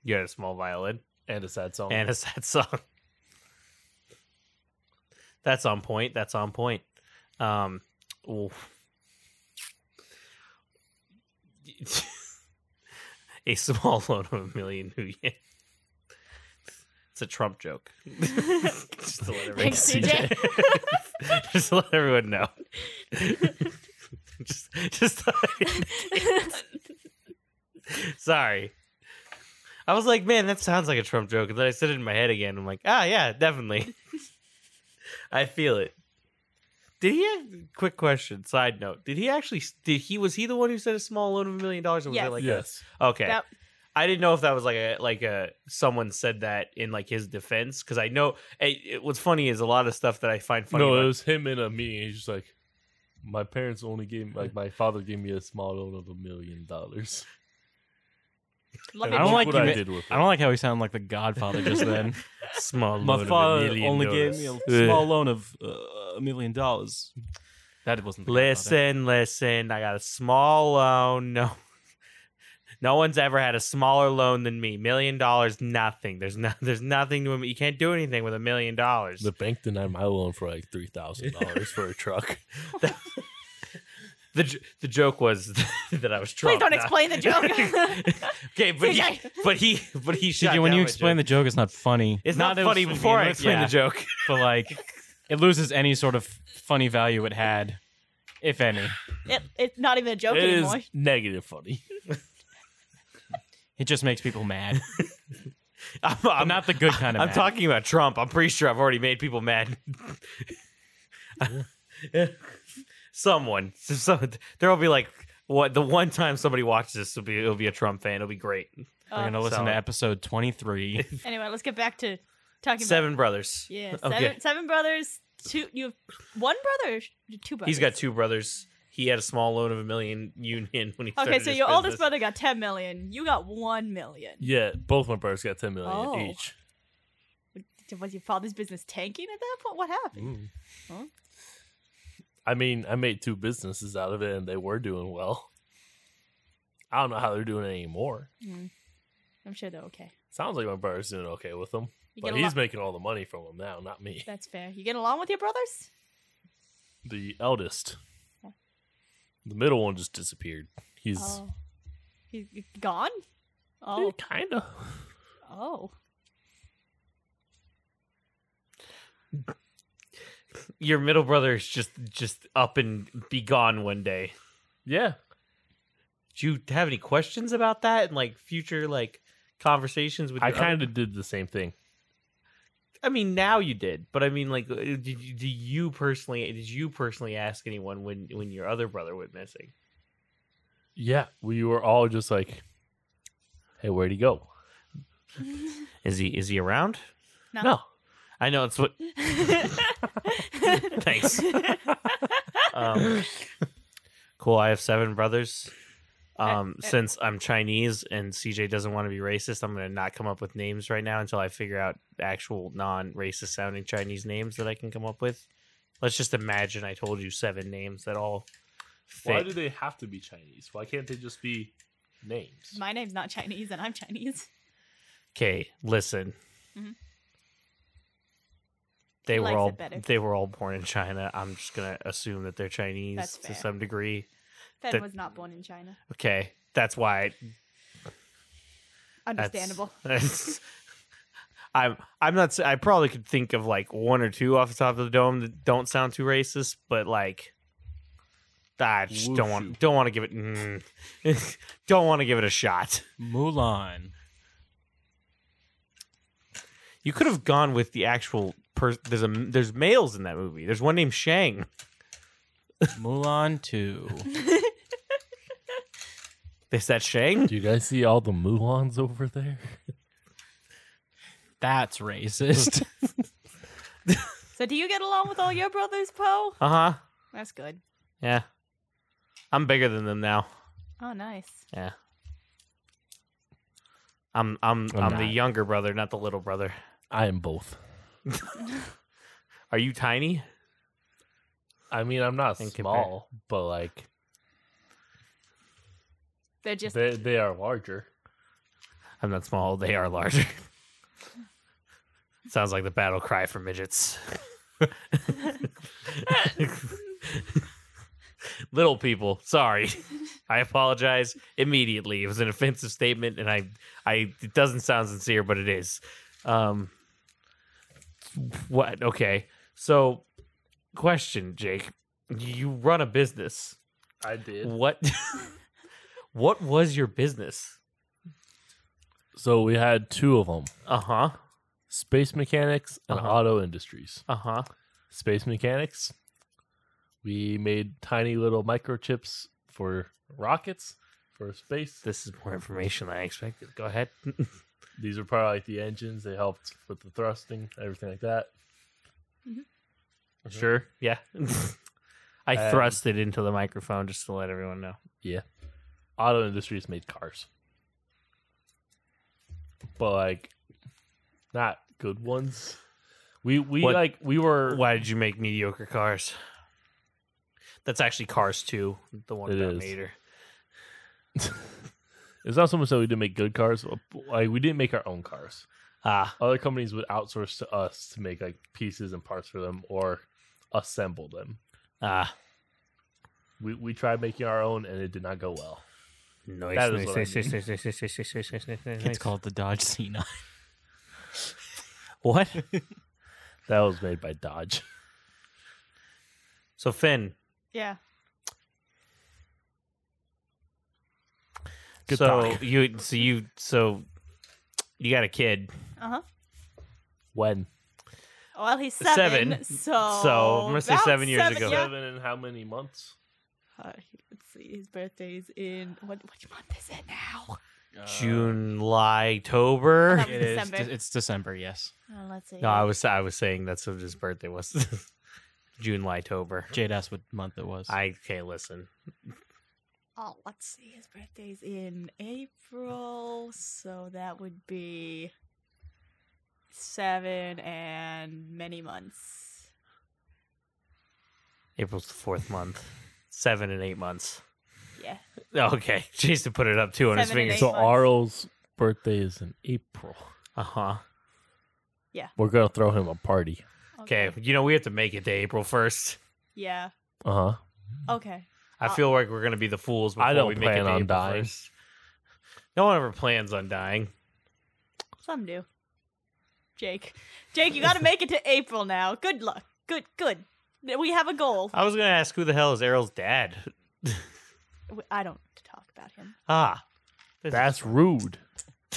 Speaker 2: You had a small violin
Speaker 3: And a sad song.
Speaker 2: and a sad song. That's on point. That's on point. Um, oof. a small loan of a million new yen. It's a Trump joke. Just to let everyone-
Speaker 4: Thanks, CJ.
Speaker 2: just to let everyone know. just, just. Sorry. I was like, man, that sounds like a Trump joke. And then I said it in my head again. I'm like, ah, yeah, definitely. I feel it. Did he? Have, quick question. Side note: Did he actually? Did he? Was he the one who said a small loan of a million dollars? Or was
Speaker 4: Yes.
Speaker 2: it like a-
Speaker 3: yes.
Speaker 2: okay?
Speaker 4: That-
Speaker 2: I didn't know if that was like a like a someone said that in like his defense because I know it, it- what's funny is a lot of stuff that I find funny.
Speaker 3: no,
Speaker 2: about-
Speaker 3: it was him in a meeting. He's just like, my parents only gave me, like, my father gave me a small loan of a million dollars.
Speaker 4: Let
Speaker 3: And
Speaker 4: me-
Speaker 1: I don't
Speaker 3: look
Speaker 1: like
Speaker 3: what
Speaker 1: you
Speaker 3: I
Speaker 1: ma-
Speaker 3: did with it.
Speaker 1: I don't like how he sounded like the Godfather just then.
Speaker 2: small loan
Speaker 1: My
Speaker 2: of a
Speaker 1: father
Speaker 2: million
Speaker 1: only gave
Speaker 2: dollars.
Speaker 1: me a
Speaker 3: Ugh.
Speaker 1: small loan of uh, a million dollars. That wasn't the Godfather.
Speaker 2: Listen, listen. I got a small loan. No, No one's ever had a smaller loan than me. Million dollars, nothing. There's no, there's nothing to. You can't do anything with a million dollars.
Speaker 5: The bank denied my loan for like three thousand dollars for a truck.
Speaker 2: The, j- the joke was that I was
Speaker 4: Please
Speaker 2: drunk.
Speaker 4: don't
Speaker 2: Nah.
Speaker 4: explain the joke.
Speaker 2: okay, but he, but he, but he. shot
Speaker 1: when
Speaker 2: down
Speaker 1: you
Speaker 2: my
Speaker 1: explain
Speaker 2: joke.
Speaker 1: the joke, it's not funny.
Speaker 2: it's not,
Speaker 1: that it was
Speaker 2: funny before I explain
Speaker 1: yeah,
Speaker 2: the joke.
Speaker 1: but like it loses any sort of funny value it had, if any.
Speaker 4: it, it's not even a joke
Speaker 5: it
Speaker 4: anymore.
Speaker 5: is negative funny.
Speaker 1: It just makes people mad.
Speaker 2: I'm,
Speaker 1: I'm not the good kind of.
Speaker 2: I'm
Speaker 1: mad.
Speaker 2: talking about Trump. I'm pretty sure I've already made people mad. Someone, so, so there'll be like what the one time somebody watches this will be it'll be a Trump fan. It'll be great.
Speaker 1: We're gonna
Speaker 4: Uh,
Speaker 1: listen
Speaker 2: Solid.
Speaker 1: to episode 23.
Speaker 4: anyway, let's get back to talking
Speaker 2: Seven brothers.
Speaker 4: about yeah, seven,
Speaker 2: Okay.
Speaker 4: seven brothers. Two, you have one brother, or sh- two brothers.
Speaker 2: He's got two brothers. He had a small loan of a million union when he started.
Speaker 4: Okay, so
Speaker 2: his
Speaker 4: your oldest
Speaker 2: business.
Speaker 4: brother got ten million. You got one million.
Speaker 5: Yeah, both my brothers got ten million
Speaker 4: Oh.
Speaker 5: each.
Speaker 4: Was your father's business tanking at that point? What happened?
Speaker 5: Mm.
Speaker 4: Huh?
Speaker 5: I mean, I made two businesses out of it, and they were doing well. I don't know how they're doing it anymore.
Speaker 4: Mm. I'm sure they're okay.
Speaker 5: Sounds like my brother's doing okay with them,
Speaker 4: You
Speaker 5: but
Speaker 4: get
Speaker 5: he's
Speaker 4: along-
Speaker 5: making all the money from them now, not me.
Speaker 4: That's fair. You get along with your brothers?
Speaker 5: The eldest,
Speaker 4: Yeah.
Speaker 5: the middle one just disappeared. He's
Speaker 4: Oh, he's gone.
Speaker 5: Eh,
Speaker 4: Oh,
Speaker 5: kinda.
Speaker 4: oh.
Speaker 2: Your middle brother is just just up and be gone one day.
Speaker 5: Yeah,
Speaker 2: Do you have any questions about that and like future like conversations with?
Speaker 5: I
Speaker 2: your other-
Speaker 5: kind of did the same thing.
Speaker 2: I mean, now you did, but I mean, like, uh, did you, do you personally did you personally ask anyone when when your other brother went missing?
Speaker 5: Yeah, we were all just like, "Hey, where'd he go?"
Speaker 2: Is he is he around?
Speaker 4: No.
Speaker 2: I know it's what. Thanks. Um, cool. I have seven brothers. Um,
Speaker 4: Uh, uh.
Speaker 2: since I'm Chinese and CJ doesn't want to be racist, I'm gonna not come up with names right now until I figure out actual non-racist sounding Chinese names that I can come up with. Let's just imagine I told you seven names that all fit.
Speaker 3: Why
Speaker 5: Why do they have to be Chinese? Why can't they just be names?
Speaker 4: My name's not Chinese, and I'm Chinese.
Speaker 2: Okay, listen.
Speaker 4: Mhm.
Speaker 2: They
Speaker 4: He
Speaker 2: were
Speaker 4: likes
Speaker 2: all
Speaker 4: it better.
Speaker 2: they were all born in China. I'm just gonna assume that they're
Speaker 4: That's
Speaker 2: Chinese to
Speaker 4: fair.
Speaker 2: some degree.
Speaker 4: Ben
Speaker 2: That-
Speaker 4: was not born in China.
Speaker 2: Okay, that's why. that's-
Speaker 4: Understandable.
Speaker 2: that's- I'm I'm not. s- I probably could think of like one or two off the top of the dome that don't sound too racist, but like. I just don't
Speaker 5: Wushu.
Speaker 2: want don't want to give it mm, don't want to give it a shot.
Speaker 1: Mulan.
Speaker 2: You could have gone with the actual person. There's a there's males in that movie. There's one named Shang.
Speaker 1: Mulan 2.
Speaker 2: Is that Shang?
Speaker 5: Do you guys see all the Mulans over there?
Speaker 1: That's racist.
Speaker 4: So, do you get along with all your brothers, Poe?
Speaker 2: Uh huh.
Speaker 4: That's good.
Speaker 2: Yeah. I'm bigger than them now.
Speaker 4: Oh, nice.
Speaker 2: Yeah. I'm I'm
Speaker 5: I'm
Speaker 2: I'm, the
Speaker 5: not.
Speaker 2: younger brother, not the little brother.
Speaker 5: I am both.
Speaker 2: Are you tiny?
Speaker 5: I mean, I'm not
Speaker 2: And compare-
Speaker 5: small, but like
Speaker 4: They're just
Speaker 5: they they are larger.
Speaker 2: I'm not small. They are larger. Sounds like the battle cry for midgets. little people. Sorry. I apologize immediately. It was an offensive statement and I I it doesn't sound sincere, but it is. Um what okay. So question, Jake. You run a business.
Speaker 5: I did.
Speaker 2: What what was your business?
Speaker 5: So we had two of them:
Speaker 2: Uh-huh.
Speaker 5: space mechanics and
Speaker 2: Uh-huh.
Speaker 5: auto industries.
Speaker 2: Uh-huh.
Speaker 5: Space mechanics. We made tiny little microchips for rockets for space.
Speaker 2: This is more information than I expected. Go ahead.
Speaker 5: These are probably like the engines. They helped with the thrusting, everything like that.
Speaker 4: Mm-hmm.
Speaker 2: Sure. Yeah. I
Speaker 5: Um,
Speaker 2: thrust it into the microphone just to let everyone know.
Speaker 5: auto industries made cars, but like not good ones. We we
Speaker 2: What-
Speaker 5: like we were
Speaker 2: Why did you make mediocre cars? That's actually Cars 2, the one
Speaker 5: It
Speaker 2: that
Speaker 5: is.
Speaker 2: made her.
Speaker 5: It's not so much that we didn't make good cars. Like we didn't make our own cars.
Speaker 2: Ah,
Speaker 5: Other companies would outsource to us to make like pieces and parts for them or assemble them.
Speaker 2: ah,
Speaker 5: We we tried making our own and it did not go well.
Speaker 2: noise.
Speaker 5: That
Speaker 2: noise,
Speaker 5: is what I
Speaker 2: noise,
Speaker 5: mean.
Speaker 2: noise, noise, noise, noise, noise, noise, noise, noise.
Speaker 1: It's called the Dodge Cena.
Speaker 2: what?
Speaker 5: That was made by Dodge.
Speaker 2: So Finn,
Speaker 4: Yeah.
Speaker 5: Good
Speaker 2: so
Speaker 5: talk.
Speaker 2: you, so you, so you got a kid.
Speaker 4: Uh huh.
Speaker 5: When
Speaker 4: Well, he's seven.
Speaker 2: Seven.
Speaker 4: So.
Speaker 2: So, I'm gonna say
Speaker 4: about
Speaker 2: seven years ago.
Speaker 4: yeah.
Speaker 5: seven and how many months?
Speaker 4: Uh, he- let's see. His birthday's in what? Which month is it now?
Speaker 2: Uh, June,
Speaker 4: I
Speaker 2: October.
Speaker 4: thought
Speaker 1: It is.
Speaker 4: December.
Speaker 1: De- it's December. Yes.
Speaker 4: Uh, let's see.
Speaker 2: No, I was I was saying that's what his birthday was. June, October.
Speaker 1: Jade asked what month it was.
Speaker 2: I can't listen.
Speaker 4: Oh, let's see. His birthday's in April, so that would be seven and many months.
Speaker 2: April's the fourth month. Seven and eight months. Oh,
Speaker 4: Yeah.
Speaker 2: Okay, Jason put it up too on his
Speaker 4: Seven and
Speaker 2: fingers.
Speaker 5: So
Speaker 4: eight.
Speaker 5: Arl's birthday is in April.
Speaker 2: Uh huh.
Speaker 5: We're gonna throw him a party.
Speaker 2: Okay, you know we have to make it to April first.
Speaker 4: Yeah.
Speaker 5: Uh huh.
Speaker 4: Okay.
Speaker 2: I
Speaker 4: Uh,
Speaker 2: feel like we're gonna be the fools before
Speaker 5: I don't
Speaker 2: we make it
Speaker 5: plan
Speaker 2: to
Speaker 5: on
Speaker 2: April
Speaker 5: dying.
Speaker 2: 1st. No one ever plans on dying.
Speaker 4: Some do. Jake. Jake, you got to make it to April now. Good luck. Good, good. We have a goal.
Speaker 2: I was gonna ask who the hell is Errol's dad.
Speaker 4: W- I don't talk about him.
Speaker 2: Ah, this is-
Speaker 5: That's rude.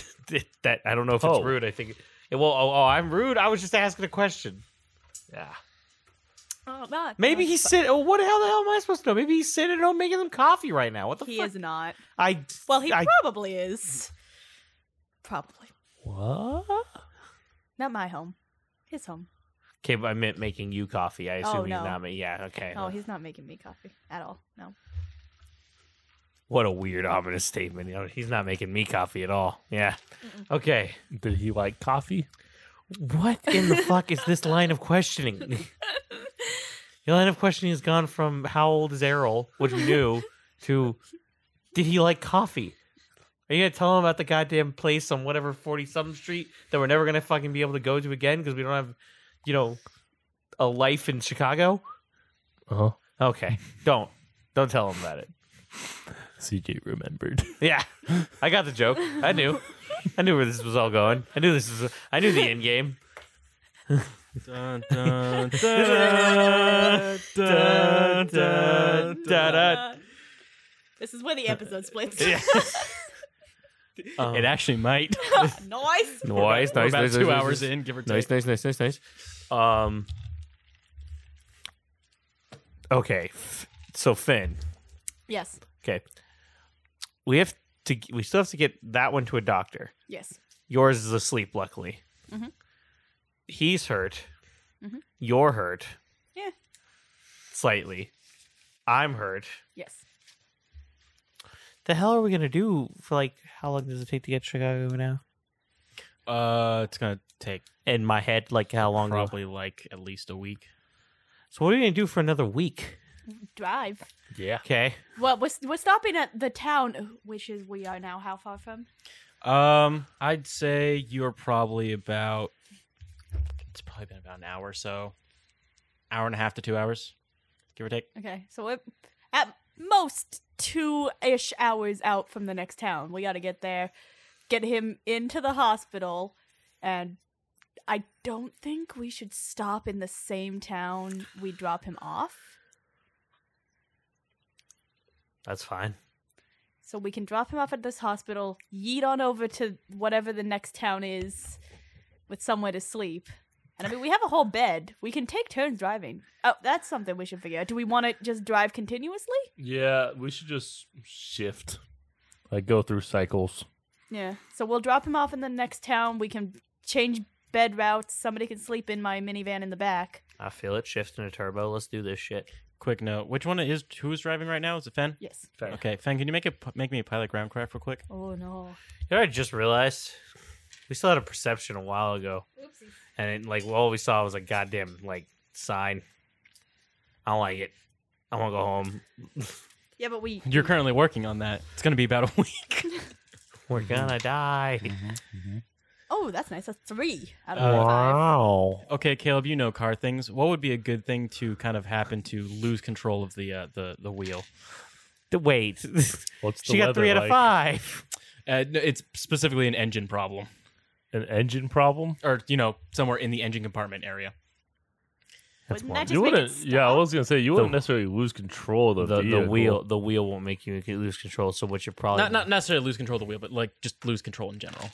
Speaker 2: that. I don't know if
Speaker 5: Oh.
Speaker 2: it's rude. I think. It, well, oh, oh, I'm rude. I was just asking a question.
Speaker 5: Yeah.
Speaker 4: Oh, not.
Speaker 2: Maybe he's sitting. Oh, what the hell the hell am I supposed to know? Maybe he's sitting at home making them coffee right now. What the
Speaker 4: He
Speaker 2: fuck?
Speaker 4: is not.
Speaker 2: I
Speaker 4: Well, he
Speaker 2: I-
Speaker 4: probably is. Probably.
Speaker 5: What?
Speaker 4: Not my home. His home.
Speaker 2: okay, but I meant making you coffee. I assume
Speaker 4: Oh,
Speaker 2: he's
Speaker 4: no.
Speaker 2: not me. Yeah. Okay.
Speaker 4: Oh, he's not making me coffee at all. No.
Speaker 2: What a weird ominous statement. You know, he's not making me coffee at all. Yeah.
Speaker 4: Mm-mm.
Speaker 2: Okay.
Speaker 5: Did he like coffee?
Speaker 2: What in the fuck is this line of questioning? Your line of questioning has gone from how old is Errol, which we knew, to did he like coffee? Are you gonna tell him about the goddamn place on whatever forty something street that we're never gonna fucking be able to go to again because we don't have, you know, a life in Chicago?
Speaker 5: Uh huh.
Speaker 2: Okay, don't don't tell him about it.
Speaker 5: CJ remembered.
Speaker 2: Yeah, I got the joke. I knew, I knew where this was all going. I knew this was. I knew the end game.
Speaker 1: Dun, dun,
Speaker 2: Dun, dun, dun, dun,
Speaker 4: Uh, this is where the episode splits.
Speaker 2: Yeah. Um,
Speaker 1: it actually might.
Speaker 4: nice.
Speaker 2: Nice,
Speaker 1: We're
Speaker 2: nice,
Speaker 1: about
Speaker 2: nice,
Speaker 1: two
Speaker 2: nice,
Speaker 1: hours
Speaker 2: nice,
Speaker 1: in, give or
Speaker 2: nice,
Speaker 1: take.
Speaker 2: nice, nice, nice, nice. Um. Okay, f- so Finn,
Speaker 4: Yes.
Speaker 2: okay, we have to. We still have to get that one to a doctor.
Speaker 4: Yes.
Speaker 2: Yours is asleep, luckily.
Speaker 4: Mhm.
Speaker 2: He's hurt.
Speaker 4: Mhm.
Speaker 2: You're hurt.
Speaker 4: Yeah.
Speaker 2: Slightly. I'm hurt.
Speaker 4: Yes.
Speaker 2: The hell are we gonna do for like? How long does it take to get to Chicago now?
Speaker 1: Uh, it's gonna take
Speaker 2: In my head, like how long? will-
Speaker 1: probably like at least a week.
Speaker 2: So what are we gonna do for another week?
Speaker 4: Drive.
Speaker 5: Yeah.
Speaker 2: Okay.
Speaker 4: Well, we're, we're stopping at the town, which is we are now how far from?
Speaker 1: Um, I'd say you're probably about. It's probably been about an hour or so, hour and a half to two hours, give or take.
Speaker 4: Okay, so we're at most two ish hours out from the next town. We got to get there, get him into the hospital, and I don't think we should stop in the same town we drop him off.
Speaker 2: That's fine.
Speaker 4: So we can drop him off at this hospital, yeet on over to whatever the next town is with somewhere to sleep. And I mean, we have a whole bed. We can take turns driving. Oh, that's something we should figure out. Do we want to just drive continuously?
Speaker 5: Yeah, we should just shift. Like go through cycles.
Speaker 4: Yeah. So we'll drop him off in the next town. We can change bed routes. Somebody can sleep in my minivan in the back.
Speaker 2: I feel it shifting a turbo. Let's do this shit.
Speaker 1: Quick note: Which one is who's driving right now? Is it Fen?
Speaker 4: Yes.
Speaker 5: Fen.
Speaker 1: Okay, Fen, can you make it make me a pilot ground craft real quick?
Speaker 4: Oh no.
Speaker 2: You know what I just realized? We still had a perception a while ago.
Speaker 4: Oopsie.
Speaker 2: And it, like all we saw was a goddamn like sign. I don't like it. I wanna go home.
Speaker 4: Yeah, but we.
Speaker 1: You're currently working on that. It's gonna be about a week.
Speaker 2: We're gonna die.
Speaker 4: Oh, that's nice. That's three out of
Speaker 1: Uh,
Speaker 4: five.
Speaker 5: Wow.
Speaker 1: Okay, Caleb, you know car things. What would be a good thing to kind of happen to lose control of the uh, the the wheel?
Speaker 2: The wait.
Speaker 5: What's the
Speaker 2: she got
Speaker 5: weather
Speaker 2: three out of
Speaker 5: like?
Speaker 2: five.
Speaker 1: Uh, no, it's specifically an engine problem,
Speaker 5: An engine problem?
Speaker 1: or you know, somewhere in the engine compartment area.
Speaker 2: That's
Speaker 4: Wouldn't that
Speaker 2: one.
Speaker 4: just
Speaker 5: you
Speaker 4: make it
Speaker 5: wouldn't. Yeah, I
Speaker 4: stop?
Speaker 5: was gonna say you wouldn't
Speaker 2: The-
Speaker 5: necessarily lose control
Speaker 2: The,
Speaker 5: of
Speaker 2: the,
Speaker 5: vehicle.
Speaker 2: wheel the wheel won't make you lose control. So what you're probably
Speaker 1: Not not necessarily lose control of the wheel, but like just lose control in general.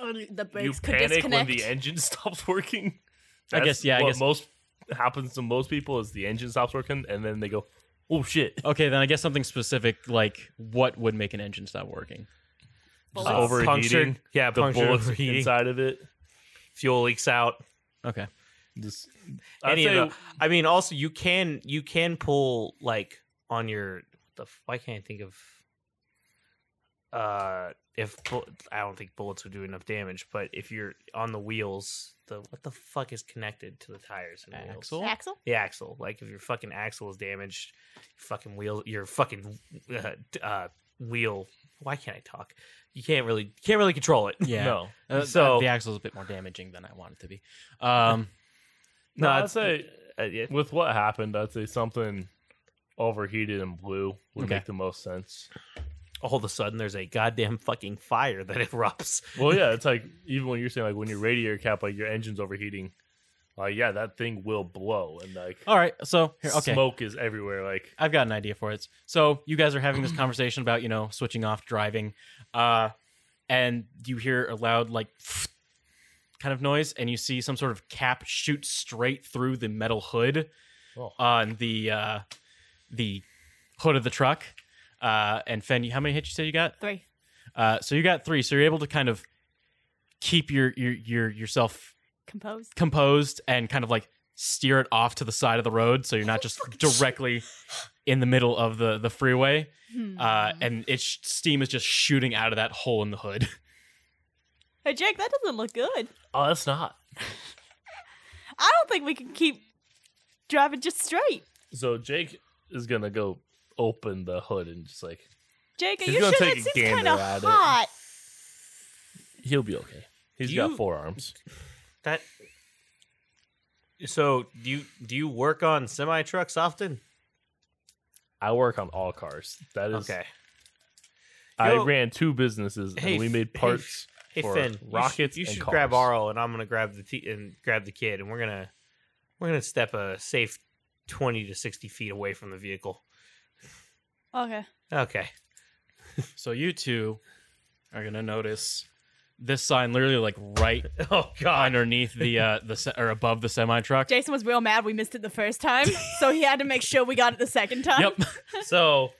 Speaker 4: the
Speaker 3: you
Speaker 4: brakes could
Speaker 3: panic
Speaker 4: disconnect.
Speaker 3: when the engine stops working.
Speaker 1: I
Speaker 3: That's
Speaker 1: guess, yeah, I
Speaker 3: What
Speaker 1: guess-
Speaker 3: most
Speaker 5: happens to most people is the engine stops working and then they go, "Oh shit!"
Speaker 1: Okay, then I guess something specific like what would make an engine stop working?
Speaker 5: Just
Speaker 4: Bullets.
Speaker 5: overheating.
Speaker 2: punctured- yeah,
Speaker 5: the
Speaker 2: punctured
Speaker 5: bullets
Speaker 2: overheating.
Speaker 5: inside of it.
Speaker 2: fuel leaks out.
Speaker 1: Okay,
Speaker 5: Just
Speaker 3: I'd
Speaker 2: any of
Speaker 3: say-
Speaker 2: the- I mean, also you can you can pull like on your what the f- why can't I think of uh if bu- I don't think bullets would do enough damage, but if you're on the wheels, the what the fuck is connected to the tires and wheels?
Speaker 1: Axle?
Speaker 4: Axel?
Speaker 2: The axle. Like if your fucking axle is damaged, your fucking wheel, your fucking uh, d- uh, wheel. Why can't I talk? You can't really can't really control it.
Speaker 1: yeah.
Speaker 5: no.
Speaker 1: Uh,
Speaker 2: So-
Speaker 1: the axle is a bit more damaging than I want it to be. Um,
Speaker 5: No, I'd
Speaker 2: it's-
Speaker 5: say
Speaker 2: uh, yeah.
Speaker 5: with what happened, I'd say something overheated and blue would
Speaker 1: Okay.
Speaker 5: make the most sense.
Speaker 2: all of a sudden there's a goddamn fucking fire that erupts.
Speaker 5: Well, yeah, it's like even when you're saying like when your radiator cap, like your engine's overheating, like yeah, that thing will blow and like
Speaker 1: all right, so Oh, here, okay,
Speaker 5: smoke is everywhere. Like
Speaker 1: I've got an idea for it. So you guys are having this conversation about you know switching off driving, uh, and you hear a loud like kind of noise, and you see some sort of cap shoot straight through the metal hood
Speaker 5: Oh.
Speaker 1: on the uh, the hood of the truck. Uh, and Fen, you- how many hits you said you got?
Speaker 4: Three.
Speaker 1: Uh, so you got three. So you're able to kind of keep your your your yourself
Speaker 4: Composed.
Speaker 1: composed and kind of like steer it off to the side of the road, so you're not just directly in the middle of the the freeway.
Speaker 4: Hmm.
Speaker 1: Uh, and it's steam is just shooting out of that hole in the hood.
Speaker 4: hey, Jake, that doesn't look good.
Speaker 5: oh, that's not.
Speaker 4: I don't think we can keep driving just straight.
Speaker 5: So Jake is gonna go open the hood and just like
Speaker 4: Jake, are
Speaker 5: He's
Speaker 4: you
Speaker 5: gonna
Speaker 4: sure
Speaker 5: take
Speaker 4: this
Speaker 5: a
Speaker 4: is kind
Speaker 5: gander
Speaker 4: of
Speaker 5: at it.
Speaker 4: hot?
Speaker 5: he'll be okay. He's
Speaker 2: Do
Speaker 5: got
Speaker 2: you-
Speaker 5: four arms.
Speaker 2: That. So do you do you work on semi trucks often?
Speaker 5: I work on all cars. That is
Speaker 2: Okay.
Speaker 5: I
Speaker 2: Yo-
Speaker 5: ran two businesses
Speaker 2: Hey,
Speaker 5: and we made
Speaker 2: hey,
Speaker 5: parts.
Speaker 2: Hey
Speaker 5: For
Speaker 2: Finn,
Speaker 5: rockets
Speaker 2: You should,
Speaker 5: and
Speaker 2: you should grab
Speaker 5: cars.
Speaker 2: Arl, and I'm gonna grab the t- and grab the kid, and we're gonna we're gonna step a safe twenty to sixty feet away from the vehicle.
Speaker 4: Okay.
Speaker 2: Okay.
Speaker 1: So you two are gonna notice this sign literally like right
Speaker 2: Oh God.
Speaker 1: underneath the uh the se- or above the semi truck.
Speaker 4: Jason was real mad we missed it the first time, so he had to make sure we got it the second time.
Speaker 1: Yep.
Speaker 2: so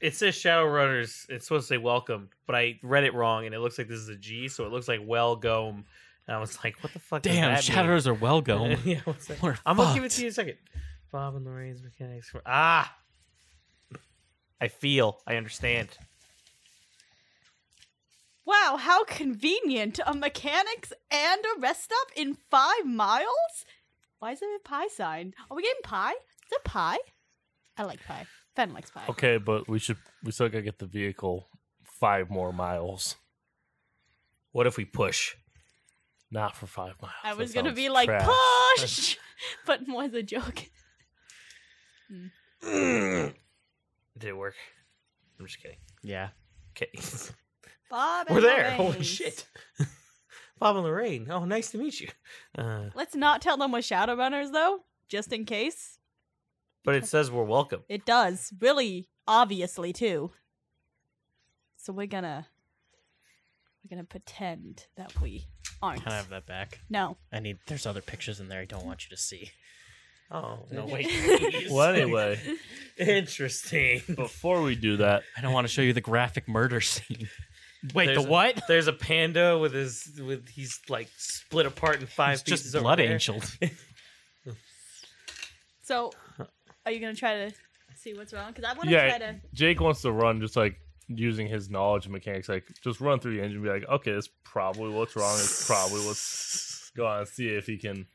Speaker 2: it says Shadowrunners. It's supposed to say welcome, but I read it wrong, and it looks like this is a G, so it looks like well gome. And I was like, what the fuck? does
Speaker 1: Damn,
Speaker 2: that mean?
Speaker 1: shatters are well going.
Speaker 2: yeah, what's that?
Speaker 1: We're
Speaker 2: I'm gonna give it
Speaker 1: fucked.
Speaker 2: to you in a second. Bob and Lorraine's mechanics. Were... Ah, I feel. I understand.
Speaker 4: Wow, how convenient. A mechanics and a rest stop in five miles? Why is it a pie sign? Are we getting pie? Is it pie? I like pie. Fen likes pie.
Speaker 5: Okay, but we should we still gotta get the vehicle five more miles.
Speaker 2: What if we push?
Speaker 5: Not for five miles.
Speaker 4: I
Speaker 5: That
Speaker 4: was gonna
Speaker 5: sounds
Speaker 4: be like,
Speaker 5: trash.
Speaker 4: push! but more as a joke.
Speaker 2: Did it work? I'm just kidding.
Speaker 1: Yeah.
Speaker 2: Okay,
Speaker 4: Bob and
Speaker 2: we're there.
Speaker 4: Lorraine.
Speaker 2: Holy shit! Bob and Lorraine. Oh, nice to meet you. Uh,
Speaker 4: Let's not tell them we're Shadowrunners, though, just in case.
Speaker 2: but it says we're welcome.
Speaker 4: It does. Really obviously too. So we're gonna we're gonna pretend that we aren't.
Speaker 1: Can I have that back?
Speaker 4: No.
Speaker 1: I need there's other pictures in there I don't want you to see.
Speaker 2: Oh
Speaker 1: No wait.
Speaker 5: Well anyway,
Speaker 2: Interesting.
Speaker 5: before we do that,
Speaker 1: I don't want to show you the graphic murder scene. Wait,
Speaker 2: There's
Speaker 1: the
Speaker 2: a-
Speaker 1: what?
Speaker 2: There's a panda with his with he's like split apart in five
Speaker 1: It's just
Speaker 2: pieces. over
Speaker 1: blood
Speaker 2: there.
Speaker 1: angel.
Speaker 4: So are you gonna try to see what's wrong? Because I wanna
Speaker 5: Yeah.
Speaker 4: try to
Speaker 5: Jake wants to run just like using his knowledge of mechanics, like just run through the engine and be like, okay, that's probably what's wrong. It's probably what's going on. See if he can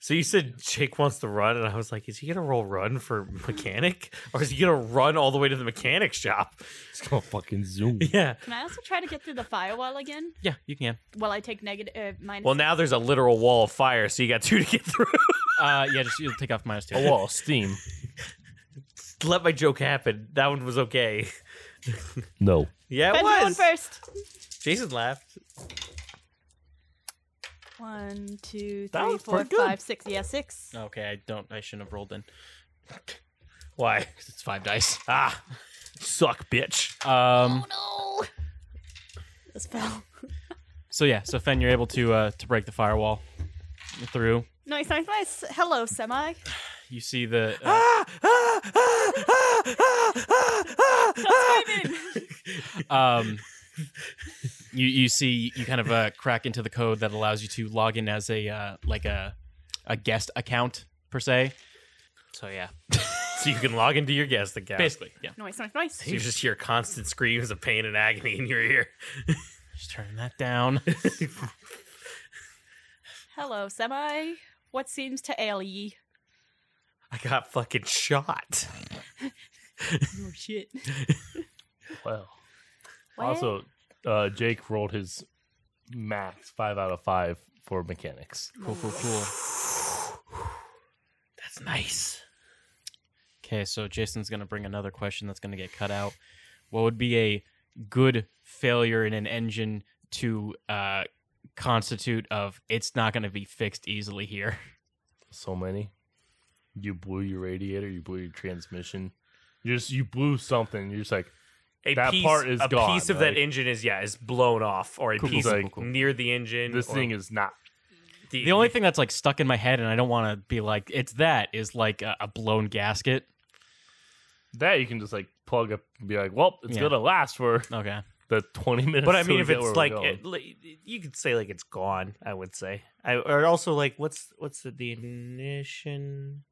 Speaker 2: So you said Jake wants to run, and I was like, is he gonna roll run for mechanic, or is he gonna run all the way to the mechanic shop?
Speaker 5: It's gonna fucking zoom.
Speaker 2: Yeah,
Speaker 4: Can I also try to get through the firewall again?
Speaker 1: Yeah, you can.
Speaker 4: While I take negative uh, minus.
Speaker 2: Well, now there's a literal wall of fire, so you got two to get through.
Speaker 1: Uh, yeah, just you'll take off minus two.
Speaker 5: A wall of steam.
Speaker 2: Let my joke happen. That one was okay.
Speaker 5: No.
Speaker 2: Yeah, it
Speaker 4: Ben's going
Speaker 2: was.
Speaker 4: first.
Speaker 2: Jason laughed.
Speaker 4: One, two,
Speaker 2: That
Speaker 4: three,
Speaker 2: was
Speaker 4: four,
Speaker 2: pretty good.
Speaker 4: five, six. Yeah, six.
Speaker 1: Okay, I don't. I shouldn't have rolled then.
Speaker 2: Why?
Speaker 1: It's five dice.
Speaker 2: Ah, suck, bitch.
Speaker 1: Um.
Speaker 4: Oh no! The spell.
Speaker 1: So yeah. So Fen, you're able to uh to break the firewall through.
Speaker 4: Nice, nice, nice. Hello, semi.
Speaker 1: You see the. Uh,
Speaker 2: Ah, ah, ah, ah, ah, ah, ah, ah.
Speaker 1: um, you you see you kind of uh, crack into the code that allows you to log in as a uh, like a a guest account per se. So yeah,
Speaker 2: so you can log into your guest account.
Speaker 1: basically, yeah.
Speaker 4: Nice, nice, nice.
Speaker 2: So you just hear constant screams of pain and agony in your ear.
Speaker 1: Just turning that down.
Speaker 4: Hello, semi. What seems to ail ye?
Speaker 2: I got fucking shot.
Speaker 4: Oh shit.
Speaker 5: Well.
Speaker 4: What?
Speaker 5: Also, uh, Jake rolled his max five out of five for mechanics.
Speaker 1: Cool, cool, cool.
Speaker 2: That's nice.
Speaker 1: Okay, so Jason's gonna bring another question that's gonna get cut out. What would be a good failure in an engine to uh, constitute of it's not gonna be fixed easily here?
Speaker 5: So many. You blew your radiator. You blew your transmission. You just you blew something. You're just like
Speaker 2: A
Speaker 5: That
Speaker 2: piece,
Speaker 5: part is
Speaker 2: a
Speaker 5: gone,
Speaker 2: piece of
Speaker 5: like-
Speaker 2: that engine is yeah is blown off, or a
Speaker 5: Cool, cool,
Speaker 2: piece
Speaker 5: cool, cool, cool.
Speaker 2: near the engine.
Speaker 5: this
Speaker 2: or
Speaker 5: thing is not.
Speaker 1: The only thing that's like stuck in my head, and I don't want to be like it's that is like a, a blown gasket.
Speaker 5: That you can just like plug up and be like, well, it's
Speaker 1: Yeah.
Speaker 5: gonna last for
Speaker 1: Okay,
Speaker 5: the 20 minutes.
Speaker 2: But I
Speaker 5: till
Speaker 2: mean,
Speaker 5: we
Speaker 2: if
Speaker 5: get where
Speaker 2: it's
Speaker 5: we're
Speaker 2: like,
Speaker 5: going.
Speaker 2: it, like, you could say like it's gone. I would say. I or also like what's what's the, the ignition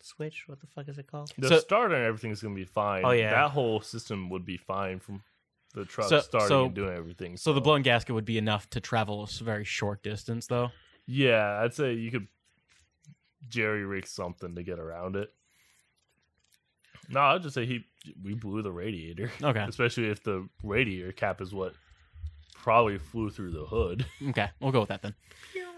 Speaker 2: switch? What the fuck is it called?
Speaker 5: the
Speaker 1: So-
Speaker 5: starter and everything's gonna be fine.
Speaker 2: Oh, yeah.
Speaker 5: that whole system would be fine from the truck
Speaker 1: So-
Speaker 5: starting
Speaker 1: so-
Speaker 5: and doing everything.
Speaker 1: so the blown gasket would be enough to travel a s- very short distance, though.
Speaker 5: Yeah, I'd say you could jerry rig something to get around it. No, I'd just say he we blew the radiator,
Speaker 1: Okay,
Speaker 5: especially if the radiator cap is what probably flew through the hood.
Speaker 1: okay, we'll go with that then.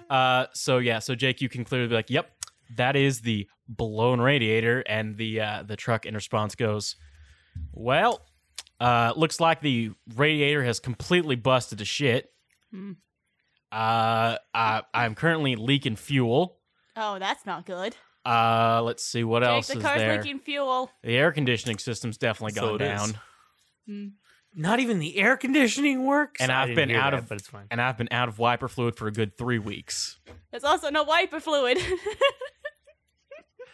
Speaker 1: Uh, so yeah, so Jake, you can clearly be like, "Yep, that is the blown radiator," and the uh, the truck in response goes, "Well, uh, looks like the radiator has completely busted to shit.
Speaker 4: Hmm.
Speaker 1: Uh, I, I'm currently leaking fuel.
Speaker 4: Oh, that's not good.
Speaker 1: Uh, let's see what
Speaker 4: Jake,
Speaker 1: else
Speaker 4: the
Speaker 1: is
Speaker 4: car's
Speaker 1: there.
Speaker 4: leaking fuel.
Speaker 1: The air conditioning system's definitely
Speaker 2: So
Speaker 1: gone
Speaker 2: it is.
Speaker 1: down,
Speaker 4: Hmm.
Speaker 2: Not even the air conditioning works.
Speaker 1: And
Speaker 2: I
Speaker 1: I've
Speaker 2: didn't
Speaker 1: been
Speaker 2: hear
Speaker 1: out
Speaker 2: that,
Speaker 1: of-
Speaker 2: but it's fine.
Speaker 1: and I've been out of wiper fluid for a good three weeks.
Speaker 4: There's also no wiper fluid.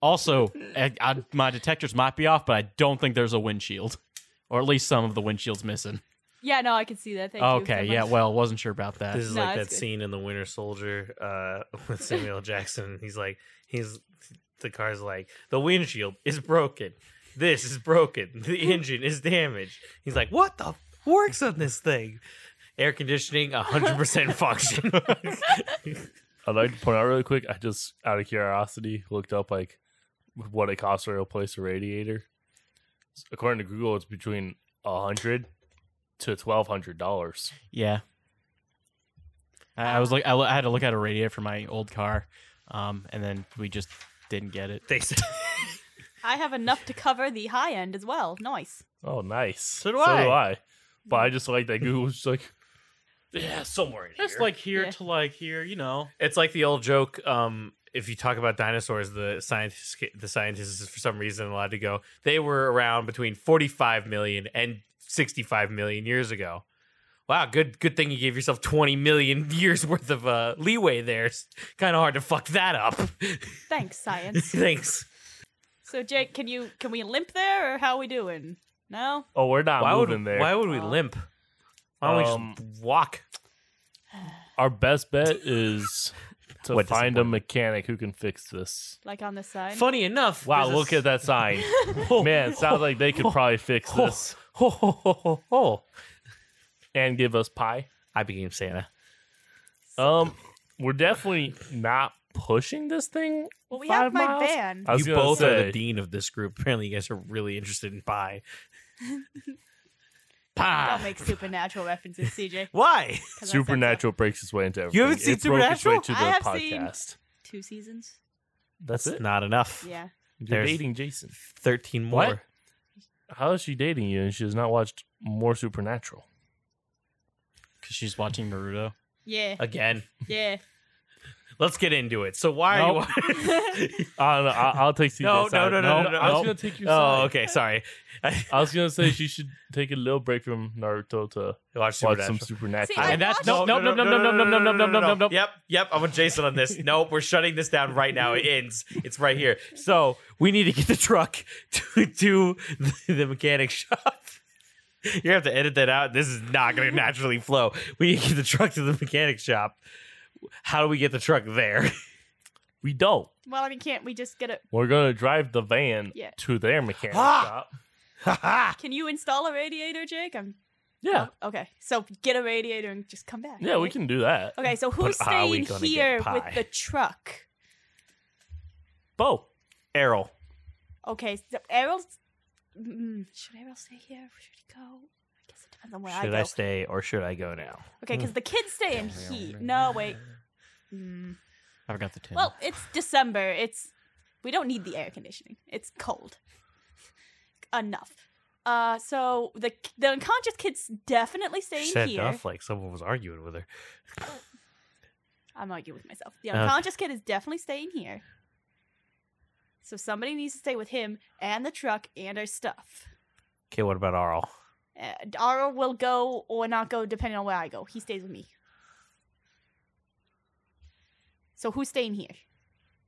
Speaker 1: Also, I, I, my detectors might be off, but I don't think there's a windshield, or at least some of the windshield's missing."
Speaker 4: yeah, no, I can see that. Thank you.
Speaker 1: okay,
Speaker 4: so
Speaker 1: yeah.
Speaker 4: much.
Speaker 1: Well, wasn't sure about that.
Speaker 2: This is
Speaker 4: Uh, No,
Speaker 2: like that
Speaker 4: it's good.
Speaker 2: scene in The Winter Soldier uh, with Samuel Jackson. He's like, he's the car's like, the windshield is broken. This is broken. The engine is damaged. He's like, what the f- works on this thing? Air conditioning, 100% function.
Speaker 5: I'd like to point out really quick. I just out of curiosity looked up like what it costs to replace a radiator. According to Google, it's between a hundred to twelve hundred dollars.
Speaker 1: yeah. I, I was like, I, lo- I had to look at a radiator for my old car, um, and then we just didn't get it.
Speaker 2: they said,
Speaker 4: I have enough to cover the high end as well. Nice.
Speaker 5: Oh, nice.
Speaker 2: So do I.
Speaker 5: But I just like that Google's just like
Speaker 2: yeah, somewhere in
Speaker 1: Just
Speaker 2: here.
Speaker 1: like here
Speaker 4: Yeah.
Speaker 1: to like here, you know.
Speaker 2: It's like the old joke. Um, if you talk about dinosaurs, the scientists, the scientists, is for some reason, allowed to go. They were around between forty-five million and sixty-five million years ago. Wow, good, good thing you gave yourself twenty million years worth of uh, leeway there. It's kind of hard to fuck that up.
Speaker 4: Thanks, science.
Speaker 2: Thanks.
Speaker 4: so, Jake, can you can we limp there or how we doing? No.
Speaker 5: Oh, we're not
Speaker 2: why would
Speaker 5: moving there.
Speaker 2: why would we
Speaker 4: Oh.
Speaker 2: limp? Why don't
Speaker 5: Um,
Speaker 2: we just walk?
Speaker 5: Our best bet is to
Speaker 2: What
Speaker 5: find a mechanic who can fix this.
Speaker 4: Like on this side.
Speaker 2: Funny enough,
Speaker 5: Wow,
Speaker 2: there's a
Speaker 5: look at that sign. Man, it sounds like they could probably fix this
Speaker 2: Ho, ho, ho, ho, ho.
Speaker 5: and give us pie.
Speaker 2: I became Santa.
Speaker 5: Um, we're definitely not pushing this thing.
Speaker 4: Well, we
Speaker 5: Five
Speaker 4: have my
Speaker 5: miles?
Speaker 4: van.
Speaker 5: I was
Speaker 2: you
Speaker 5: gonna
Speaker 2: both are
Speaker 5: say-
Speaker 2: the dean of this group. Apparently, you guys are really interested in pie.
Speaker 1: Ah.
Speaker 2: pie.
Speaker 4: Don't make supernatural references, CJ. 'cause
Speaker 2: Why?
Speaker 4: that's-
Speaker 5: Supernatural breaks its way into everything.
Speaker 2: haven't seen
Speaker 5: it broke its way
Speaker 2: Supernatural?
Speaker 5: to the
Speaker 4: I have seen-
Speaker 5: podcast.
Speaker 4: that's Two seasons.
Speaker 5: That's it.
Speaker 2: Not enough.
Speaker 4: Yeah.
Speaker 5: You're
Speaker 2: There's-
Speaker 5: dating Jason.
Speaker 2: Thirteen more.
Speaker 5: What? How is she dating you and she has not watched more Supernatural?
Speaker 1: because she's watching Naruto.
Speaker 4: Yeah.
Speaker 2: Again,
Speaker 4: Yeah.
Speaker 2: let's get into it. So why are you?
Speaker 5: I don't know. I, I'll take CJ's
Speaker 2: No, no,
Speaker 5: side.
Speaker 2: no, no, no, no.
Speaker 5: I was gonna take your side.
Speaker 2: oh, okay. Sorry. I
Speaker 5: I was gonna say she should take a little break from Naruto to
Speaker 2: watched
Speaker 5: watch
Speaker 2: Supernatural.
Speaker 5: some Supernatural.
Speaker 4: See, I-
Speaker 2: and that's no,
Speaker 1: watched-
Speaker 2: no, no, no, no, no, no, no, no, no, no, no,
Speaker 1: no.
Speaker 2: Yep, yep. I'm with Jason on this. nope, we're shutting this down right now. It ends. It's right here. So we need to get the truck to, to the, the mechanic shop. You have to edit that out. This is not going to naturally flow. We need to get the truck to the mechanic shop. How do we get the truck there?
Speaker 5: we don't.
Speaker 4: well, I mean, can't we just get a?
Speaker 5: We're gonna drive the van
Speaker 4: Yeah.
Speaker 5: to their mechanic
Speaker 2: Ah!
Speaker 5: shop.
Speaker 2: Ha
Speaker 4: Can you install a radiator, Jake? I'm
Speaker 5: Yeah,
Speaker 4: okay. So get a radiator and just come back.
Speaker 5: yeah, we
Speaker 4: right?
Speaker 5: can do that.
Speaker 4: Okay, so who's
Speaker 2: But are we
Speaker 4: staying
Speaker 2: gonna get
Speaker 4: here
Speaker 2: pie?
Speaker 4: with the truck?
Speaker 5: Bo,
Speaker 2: Errol.
Speaker 4: Okay, so Errol's. Mm, should Errol stay here? Should he go? I guess it depends on where I
Speaker 2: Should
Speaker 4: go.
Speaker 2: I stay or should I go now?
Speaker 4: okay, because the kids stay in here. No, wait. Mm.
Speaker 1: I forgot the tin.
Speaker 4: Well, it's December. It's we don't need the air conditioning. It's cold enough. Uh, so the the unconscious kid's definitely
Speaker 2: She
Speaker 4: staying
Speaker 2: said
Speaker 4: here.
Speaker 2: enough like someone was arguing with her.
Speaker 4: I'm arguing with myself. The
Speaker 2: Okay.
Speaker 4: unconscious kid is definitely staying here. So somebody needs to stay with him and the truck and our stuff.
Speaker 2: Okay, what about Arl?
Speaker 4: Uh, Dara will go or not go depending on where I go. He stays with me. So who's staying here?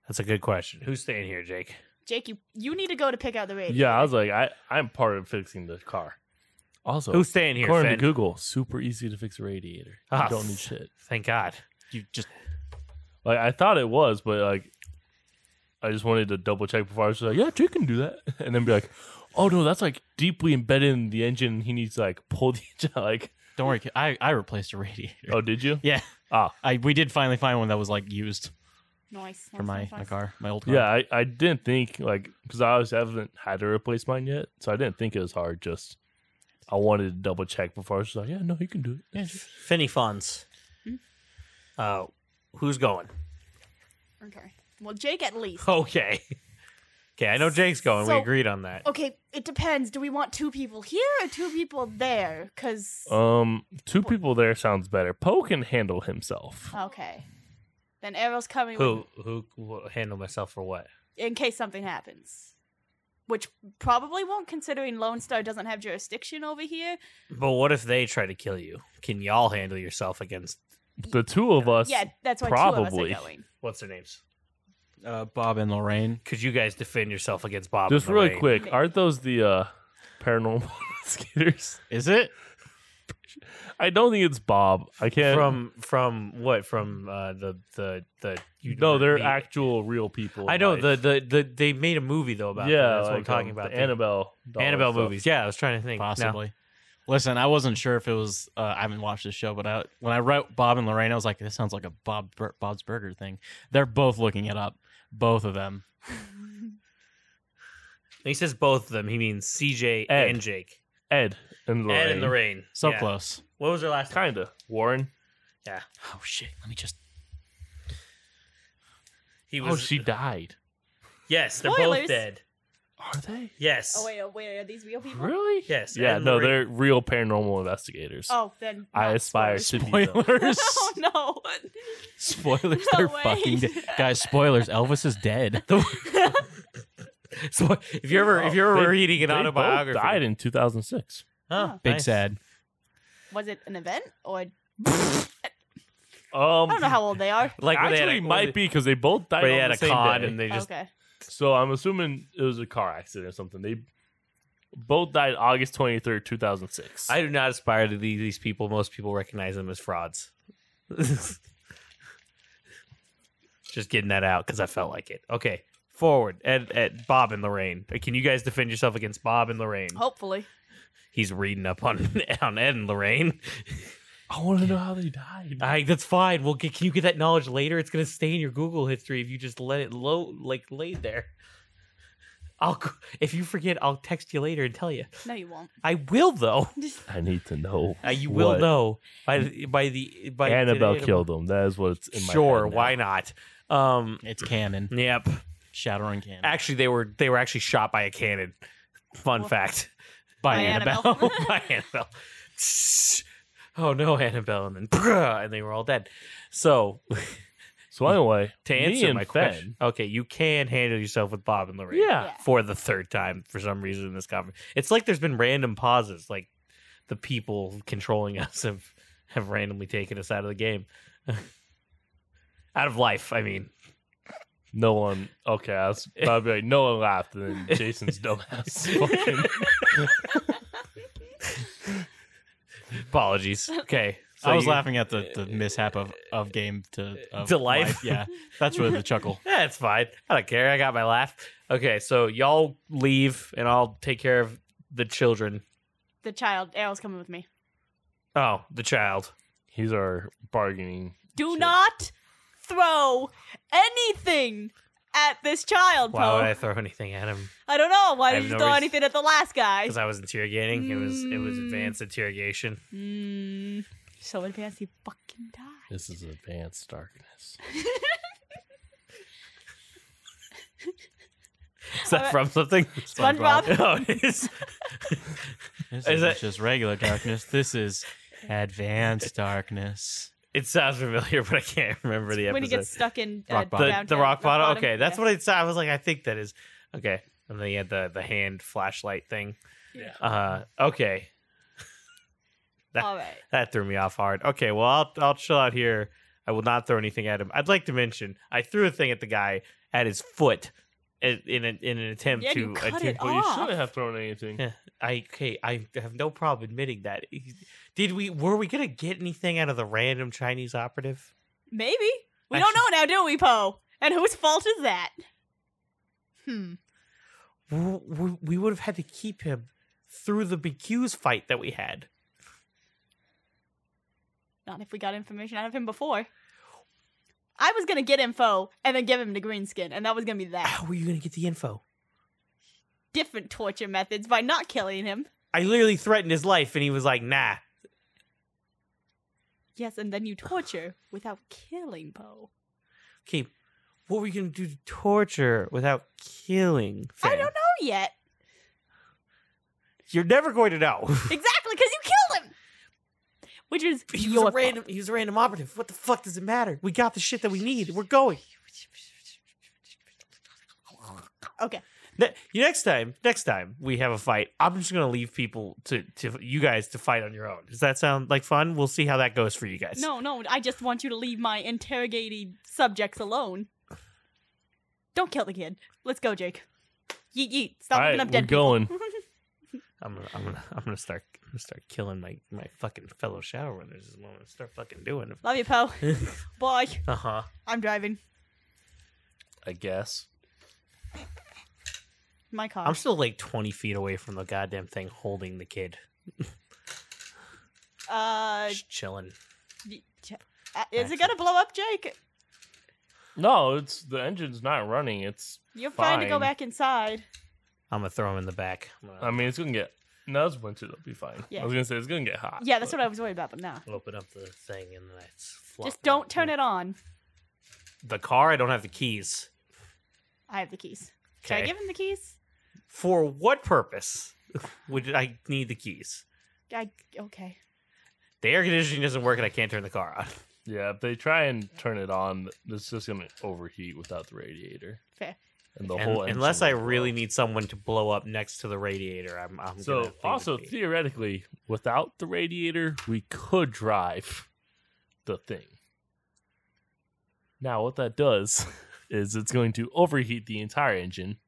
Speaker 2: That's a good question. Who's staying here, Jake?
Speaker 4: Jake, you, you need to go to pick out the radio.
Speaker 5: yeah, I was like, I, I'm part of fixing the car. Also,
Speaker 2: Who's staying here,
Speaker 5: according
Speaker 2: Finn?
Speaker 5: to Google, super easy to fix a radiator.
Speaker 2: Ah,
Speaker 5: you don't need
Speaker 2: f-
Speaker 5: shit.
Speaker 2: Thank God.
Speaker 1: you just
Speaker 5: Like I thought it was, but like I just wanted to double check before I was like, yeah, Jake can do that, and then be like, oh no, that's like deeply embedded in the engine. He needs to like pull the engine. out. Like,
Speaker 1: don't worry. I I replaced a radiator.
Speaker 5: oh, did you?
Speaker 1: Yeah.
Speaker 5: Ah.
Speaker 1: I we did finally find one that was like used
Speaker 4: Nice.
Speaker 1: for my, my car, my old car.
Speaker 5: Yeah, I, I didn't think like because I always haven't had to replace mine yet, so I didn't think it was hard. Just I wanted to double check before I was just like, yeah, no, he can do it.
Speaker 2: Finny Funds.
Speaker 4: Hmm?
Speaker 2: Uh, who's going?
Speaker 4: Okay. Well, Jake at least.
Speaker 2: Okay. Okay, I know Jake's going. we
Speaker 4: So-
Speaker 2: agreed on that.
Speaker 4: Okay, it depends. Do we want two people here or two people there? Because.
Speaker 5: Um, two people there sounds better. Poe can handle himself.
Speaker 4: okay. Then Errol's coming with
Speaker 2: Who who will handle myself for what?
Speaker 4: in case something happens. Which probably won't, considering Lone Star doesn't have jurisdiction over here.
Speaker 2: But what if they try to kill you? Can y'all handle yourself against
Speaker 5: The two of us,
Speaker 4: yeah, that's why two of
Speaker 5: probably.
Speaker 4: us are going.
Speaker 2: what's their names?
Speaker 1: Uh, Bob and Lorraine.
Speaker 2: Could you guys defend yourself against Bob?
Speaker 5: just
Speaker 2: and
Speaker 5: really
Speaker 2: Lorraine?
Speaker 5: quick, aren't those the uh paranormal skaters?
Speaker 1: Is it?
Speaker 5: I don't think it's Bob. I can't.
Speaker 2: From from what? From uh, the the the
Speaker 5: you know, they're
Speaker 2: the-
Speaker 5: actual real people.
Speaker 2: I know
Speaker 5: like-
Speaker 2: the, the the they made a movie though about
Speaker 5: yeah,
Speaker 2: them. That's what I'm
Speaker 5: like,
Speaker 2: talking
Speaker 5: um,
Speaker 2: about.
Speaker 5: the
Speaker 2: They-
Speaker 5: Annabelle, doll
Speaker 2: Annabelle
Speaker 5: stuff.
Speaker 2: movies. Yeah, I was trying to think. No.
Speaker 1: Possibly. Listen, I wasn't sure if it was. Uh, I haven't watched this show, but I, when I wrote Bob and Lorraine, I was like, "This sounds like a Bob Bur- Bob's Burger thing." They're both looking it up, both of them.
Speaker 2: When he says both of them. He means CJ
Speaker 5: Ed.
Speaker 2: and Jake.
Speaker 5: Ed and Lorraine.
Speaker 2: Ed and Lorraine.
Speaker 1: So
Speaker 2: Yeah.
Speaker 1: close.
Speaker 2: What was their last name?
Speaker 5: Kinda Warren.
Speaker 1: Oh shit! Let me just.
Speaker 2: He was.
Speaker 5: Oh, she died.
Speaker 2: yes, they're both
Speaker 4: Spoilers.
Speaker 2: dead.
Speaker 5: Are they
Speaker 2: Yes.
Speaker 4: oh wait, oh wait, are these real people?
Speaker 5: really?
Speaker 2: Yes.
Speaker 5: Yeah.
Speaker 2: Ed and
Speaker 5: No,
Speaker 2: Lorraine.
Speaker 5: they're real paranormal investigators.
Speaker 4: Oh, then
Speaker 5: I
Speaker 4: not
Speaker 5: aspire
Speaker 4: spoilers.
Speaker 5: to be them.
Speaker 1: Spoilers.
Speaker 4: oh no!
Speaker 1: spoilers.
Speaker 4: No
Speaker 1: they're
Speaker 4: way.
Speaker 1: fucking dead. guys. Spoilers. Elvis is dead.
Speaker 2: So if you're ever if you're
Speaker 5: They-
Speaker 2: ever reading an
Speaker 5: They
Speaker 2: autobiography,
Speaker 5: both died in 2006.
Speaker 2: Huh,
Speaker 1: Big
Speaker 2: nice.
Speaker 1: sad.
Speaker 4: Was it an event or I
Speaker 5: Um,
Speaker 4: don't know how old they are?
Speaker 2: Like when
Speaker 5: actually
Speaker 2: they had a,
Speaker 5: might be because they both died
Speaker 2: They had
Speaker 5: on the
Speaker 2: a
Speaker 5: same
Speaker 2: con
Speaker 5: day.
Speaker 2: and they just
Speaker 4: okay.
Speaker 5: So I'm assuming it was a car accident or something. They both died August 23rd, 2006.
Speaker 2: I do not aspire to these, these people. Most people recognize them as frauds. Just getting that out because I felt like it. Okay, forward at at Bob and Lorraine. Can you guys defend yourself against Bob and Lorraine?
Speaker 4: Hopefully.
Speaker 2: He's reading up on on Ed and Lorraine.
Speaker 5: I want to know how they died.
Speaker 2: All right, that's fine. Well, get, can you get that knowledge later? It's gonna stay in your Google history if you just let it low, like laid there. I'll c- if you forget, I'll text you later and tell you.
Speaker 4: No, you won't.
Speaker 2: I will though.
Speaker 5: I need to know.
Speaker 2: Uh, you will
Speaker 5: what
Speaker 2: know by the, by the by
Speaker 5: Annabelle
Speaker 2: today-
Speaker 5: killed them. That is what it's in my
Speaker 2: Sure,
Speaker 5: head now.
Speaker 2: why not? Um,
Speaker 1: It's canon.
Speaker 2: yep.
Speaker 1: Shadowrun canon.
Speaker 2: Actually, they were they were actually shot by a cannon. Fun
Speaker 4: Well-
Speaker 2: fact.
Speaker 1: by
Speaker 4: By
Speaker 1: Annabelle.
Speaker 4: Annabelle.
Speaker 2: by Annabelle. Oh no, Annabelle, and then and they were all dead. So
Speaker 5: So anyway,
Speaker 2: to
Speaker 5: me
Speaker 2: answer
Speaker 5: and
Speaker 2: my
Speaker 5: Fen-
Speaker 2: question, okay, you can handle yourself with Bob and Lorraine.
Speaker 5: Yeah.
Speaker 4: Yeah.
Speaker 2: For the third time, for some reason in this conference, it's like there's been random pauses. Like the people controlling us have have randomly taken us out of the game, out of life. I mean,
Speaker 5: no one. Okay, I was about to be like, no one laughed, and then Jason's dumbass. fucking-
Speaker 2: apologies. Okay, so
Speaker 1: I was
Speaker 2: you-
Speaker 1: laughing at the, the mishap of, of game to, of
Speaker 2: To life?
Speaker 1: Yeah, that's really the chuckle.
Speaker 2: Yeah, it's fine. I don't care. I got my laugh. Okay, so y'all leave, and I'll take care of the children.
Speaker 4: The child Errol's coming with me.
Speaker 2: Oh, the child.
Speaker 5: He's our bargaining.
Speaker 4: Do
Speaker 5: Shit.
Speaker 4: not throw anything at this child, Poe.
Speaker 2: Why would I
Speaker 4: I...
Speaker 2: throw anything at him?
Speaker 4: don't know. Why
Speaker 2: I
Speaker 4: did
Speaker 2: have
Speaker 4: you
Speaker 2: no
Speaker 4: throw
Speaker 2: reason-
Speaker 4: anything at the last guy?
Speaker 2: Because I was interrogating. It was it was
Speaker 4: Mm.
Speaker 2: advanced interrogation.
Speaker 4: Mm, so advanced, he fucking died.
Speaker 5: This is advanced darkness.
Speaker 2: Is that
Speaker 4: Uh,
Speaker 2: from something?
Speaker 4: SpongeBob.
Speaker 2: oh, it is.
Speaker 1: This
Speaker 2: Is
Speaker 1: is
Speaker 2: it-
Speaker 1: just regular darkness. This is advanced darkness.
Speaker 2: It sounds familiar, but I can't remember the episode.
Speaker 4: When he gets stuck in uh,
Speaker 1: Rock bottom.
Speaker 2: the,
Speaker 4: downtown-
Speaker 2: the rock bottom. Okay,
Speaker 4: yeah.
Speaker 2: that's what it said. I was like, I think that is okay. And then he had the the hand flashlight thing.
Speaker 4: Yeah.
Speaker 2: Uh, okay, that-
Speaker 4: All right.
Speaker 2: that threw me off hard. Okay, well I'll I'll chill out here. I will not throw anything at him. I'd like to mention I threw a thing at the guy at his foot in in, an- in an attempt
Speaker 4: Yeah,
Speaker 2: to
Speaker 4: you cut
Speaker 2: attempt-
Speaker 4: it
Speaker 5: Well, you
Speaker 4: off.
Speaker 5: shouldn't have thrown anything.
Speaker 2: Yeah. I okay, I have no problem admitting that. Did we were we gonna get anything out of the random Chinese operative?
Speaker 4: Maybe. We
Speaker 2: Actually-
Speaker 4: don't know now, do we, Poe? And whose fault is that? Hmm.
Speaker 2: W- w- We would have had to keep him through the BQ's fight that we had.
Speaker 4: Not if we got information out of him before. I was gonna get info and then give him to Greenskin, and that was gonna be that.
Speaker 2: How were Ah, you gonna get the info?
Speaker 4: Different torture methods by not killing him.
Speaker 2: I literally threatened his life, and he was like, "Nah."
Speaker 4: Yes, and then you torture without killing Poe.
Speaker 2: Okay, what were you gonna do to torture without killing?
Speaker 4: I
Speaker 2: Finn?
Speaker 4: don't know yet.
Speaker 2: You're never going to know.
Speaker 4: Exactly, because you killed him! Which is
Speaker 2: He was
Speaker 4: your
Speaker 2: a random. He was a random operative. What the fuck does it matter? We got the shit that we need. We're going.
Speaker 4: fault. Okay.
Speaker 2: Ne- next time, next time we have a fight, I'm just gonna leave people to to you guys to fight on your own. Does that sound like fun? We'll see how that goes for you guys.
Speaker 4: No, no, I just want you to leave my interrogating subjects alone. Don't kill the kid. Let's go, Jake. Yeet yeet. Stop
Speaker 5: All
Speaker 4: looking
Speaker 5: right,
Speaker 4: up
Speaker 5: we're
Speaker 4: dead people.
Speaker 5: going.
Speaker 2: I'm gonna, I'm gonna, I'm gonna start, I'm gonna start killing my my fucking fellow shadowrunners. Is what I'm gonna start fucking doing.
Speaker 4: Love you, Poe. Bye.
Speaker 2: uh huh.
Speaker 4: I'm driving.
Speaker 5: I guess.
Speaker 4: My car.
Speaker 2: I'm still like 20 feet away from the goddamn thing holding the kid,
Speaker 4: Uh,
Speaker 2: just chilling.
Speaker 4: y- ch- uh, is it gonna blow up, Jake?
Speaker 5: No, it's the engine's not running. It's.
Speaker 4: You're fine, to go
Speaker 5: Fine.
Speaker 4: back inside.
Speaker 2: I'm gonna throw him in the back. I'm gonna
Speaker 5: I mean, it's gonna get. No, it's winter. It'll be fine.
Speaker 4: Yeah.
Speaker 5: I was gonna say it's gonna get hot.
Speaker 4: Yeah, that's
Speaker 5: but-
Speaker 4: what I was worried about, but no.
Speaker 2: open up the thing and then it's
Speaker 4: Just don't turn it on.
Speaker 2: The car. I don't have the keys.
Speaker 4: I have the keys. Should I
Speaker 2: Okay.
Speaker 4: give him the keys?
Speaker 2: For what purpose would I need the keys?
Speaker 4: I okay.
Speaker 2: The air conditioning doesn't work and I can't turn the car on.
Speaker 5: Yeah, if they try and turn it on, it's just gonna overheat without the radiator.
Speaker 4: Fair.
Speaker 5: And the
Speaker 2: And-
Speaker 5: whole engine
Speaker 2: unless I
Speaker 5: will blow.
Speaker 2: really need someone to blow up next to the radiator, I'm. I'm gonna
Speaker 5: So
Speaker 2: think
Speaker 5: also
Speaker 2: it'd be-
Speaker 5: theoretically, without the radiator, we could drive the thing. Now what that does is it's going to overheat the entire engine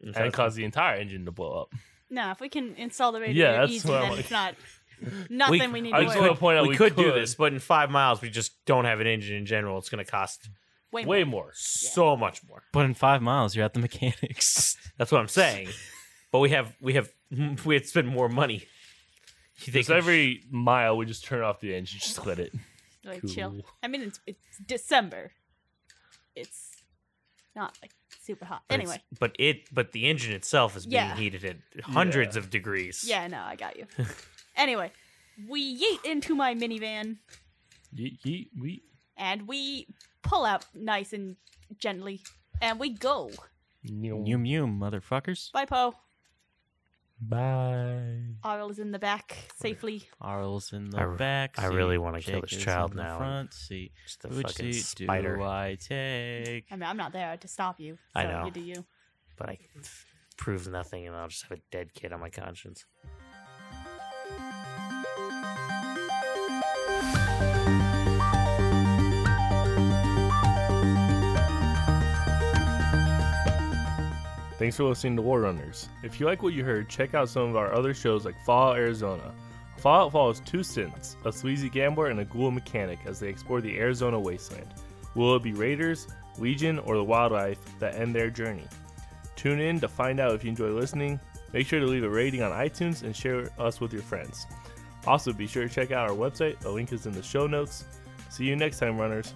Speaker 5: and cause the entire engine to blow up.
Speaker 4: No, if we can install the radio
Speaker 5: Yeah, that's
Speaker 4: easy,
Speaker 5: what I
Speaker 4: then
Speaker 5: like.
Speaker 4: it's not nothing we, need to
Speaker 5: I
Speaker 4: worry
Speaker 5: just
Speaker 4: about.
Speaker 5: wanna point out
Speaker 2: we,
Speaker 5: we
Speaker 2: could, do
Speaker 5: could.
Speaker 2: this, but in five miles, we just don't have an engine in general. It's going to cost
Speaker 4: Wait,
Speaker 5: Way more.
Speaker 2: so much more.
Speaker 1: But in five miles, you're at the mechanics.
Speaker 2: That's what I'm saying. but we have we have we had spent more money You think
Speaker 5: Just every mile, we just turn off the engine, just let it.
Speaker 4: Like chill.
Speaker 5: Cool.
Speaker 4: I mean, it's it's December. It's not like super hot.
Speaker 2: but it's-
Speaker 4: Anyway,
Speaker 2: but it but the engine itself is
Speaker 4: Yeah.
Speaker 2: being heated at hundreds of degrees.
Speaker 4: yeah, no, I got you. anyway, we yeet into my minivan
Speaker 5: Yeet, yeet, yeet.
Speaker 4: and we pull out nice and gently, and we go.
Speaker 5: New.
Speaker 1: Yum yum, motherfuckers.
Speaker 4: Bye, Poe.
Speaker 5: Bye.
Speaker 4: Arl is in the back safely.
Speaker 1: Arl's in the
Speaker 2: I re-
Speaker 1: back.
Speaker 2: I really wanna kill
Speaker 1: Jake
Speaker 2: this
Speaker 1: is
Speaker 2: child
Speaker 1: in the
Speaker 2: now.
Speaker 1: Front seat.
Speaker 2: Just a
Speaker 1: Which
Speaker 2: fucking
Speaker 1: seat
Speaker 2: spider.
Speaker 1: do
Speaker 5: uh,
Speaker 1: I take?
Speaker 4: I mean, I'm not there to stop you. So
Speaker 2: I know.
Speaker 4: You do you.
Speaker 2: But I prove nothing and I'll just have a dead kid on my conscience.
Speaker 5: Thanks for listening to War Runners. If you like what you heard, check out some of our other shows like Fallout Arizona. Fallout follows two synths, a sleazy gambler and a ghoul mechanic, as they explore the Arizona wasteland. Will it be raiders, legion, or the wildlife that end their journey? Tune in to find out if you enjoy listening. Make sure to leave a rating on iTunes and share us with your friends. Also, be sure to check out our website. A link is in the show notes. See you next time, runners.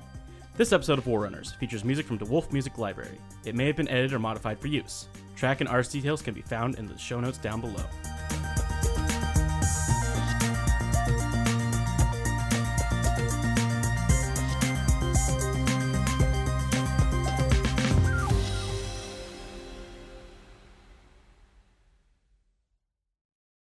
Speaker 6: This episode of Warrunners features music from the Wolf Music Library. It may have been edited or modified for use. Track and artist details can be found in the show notes down below.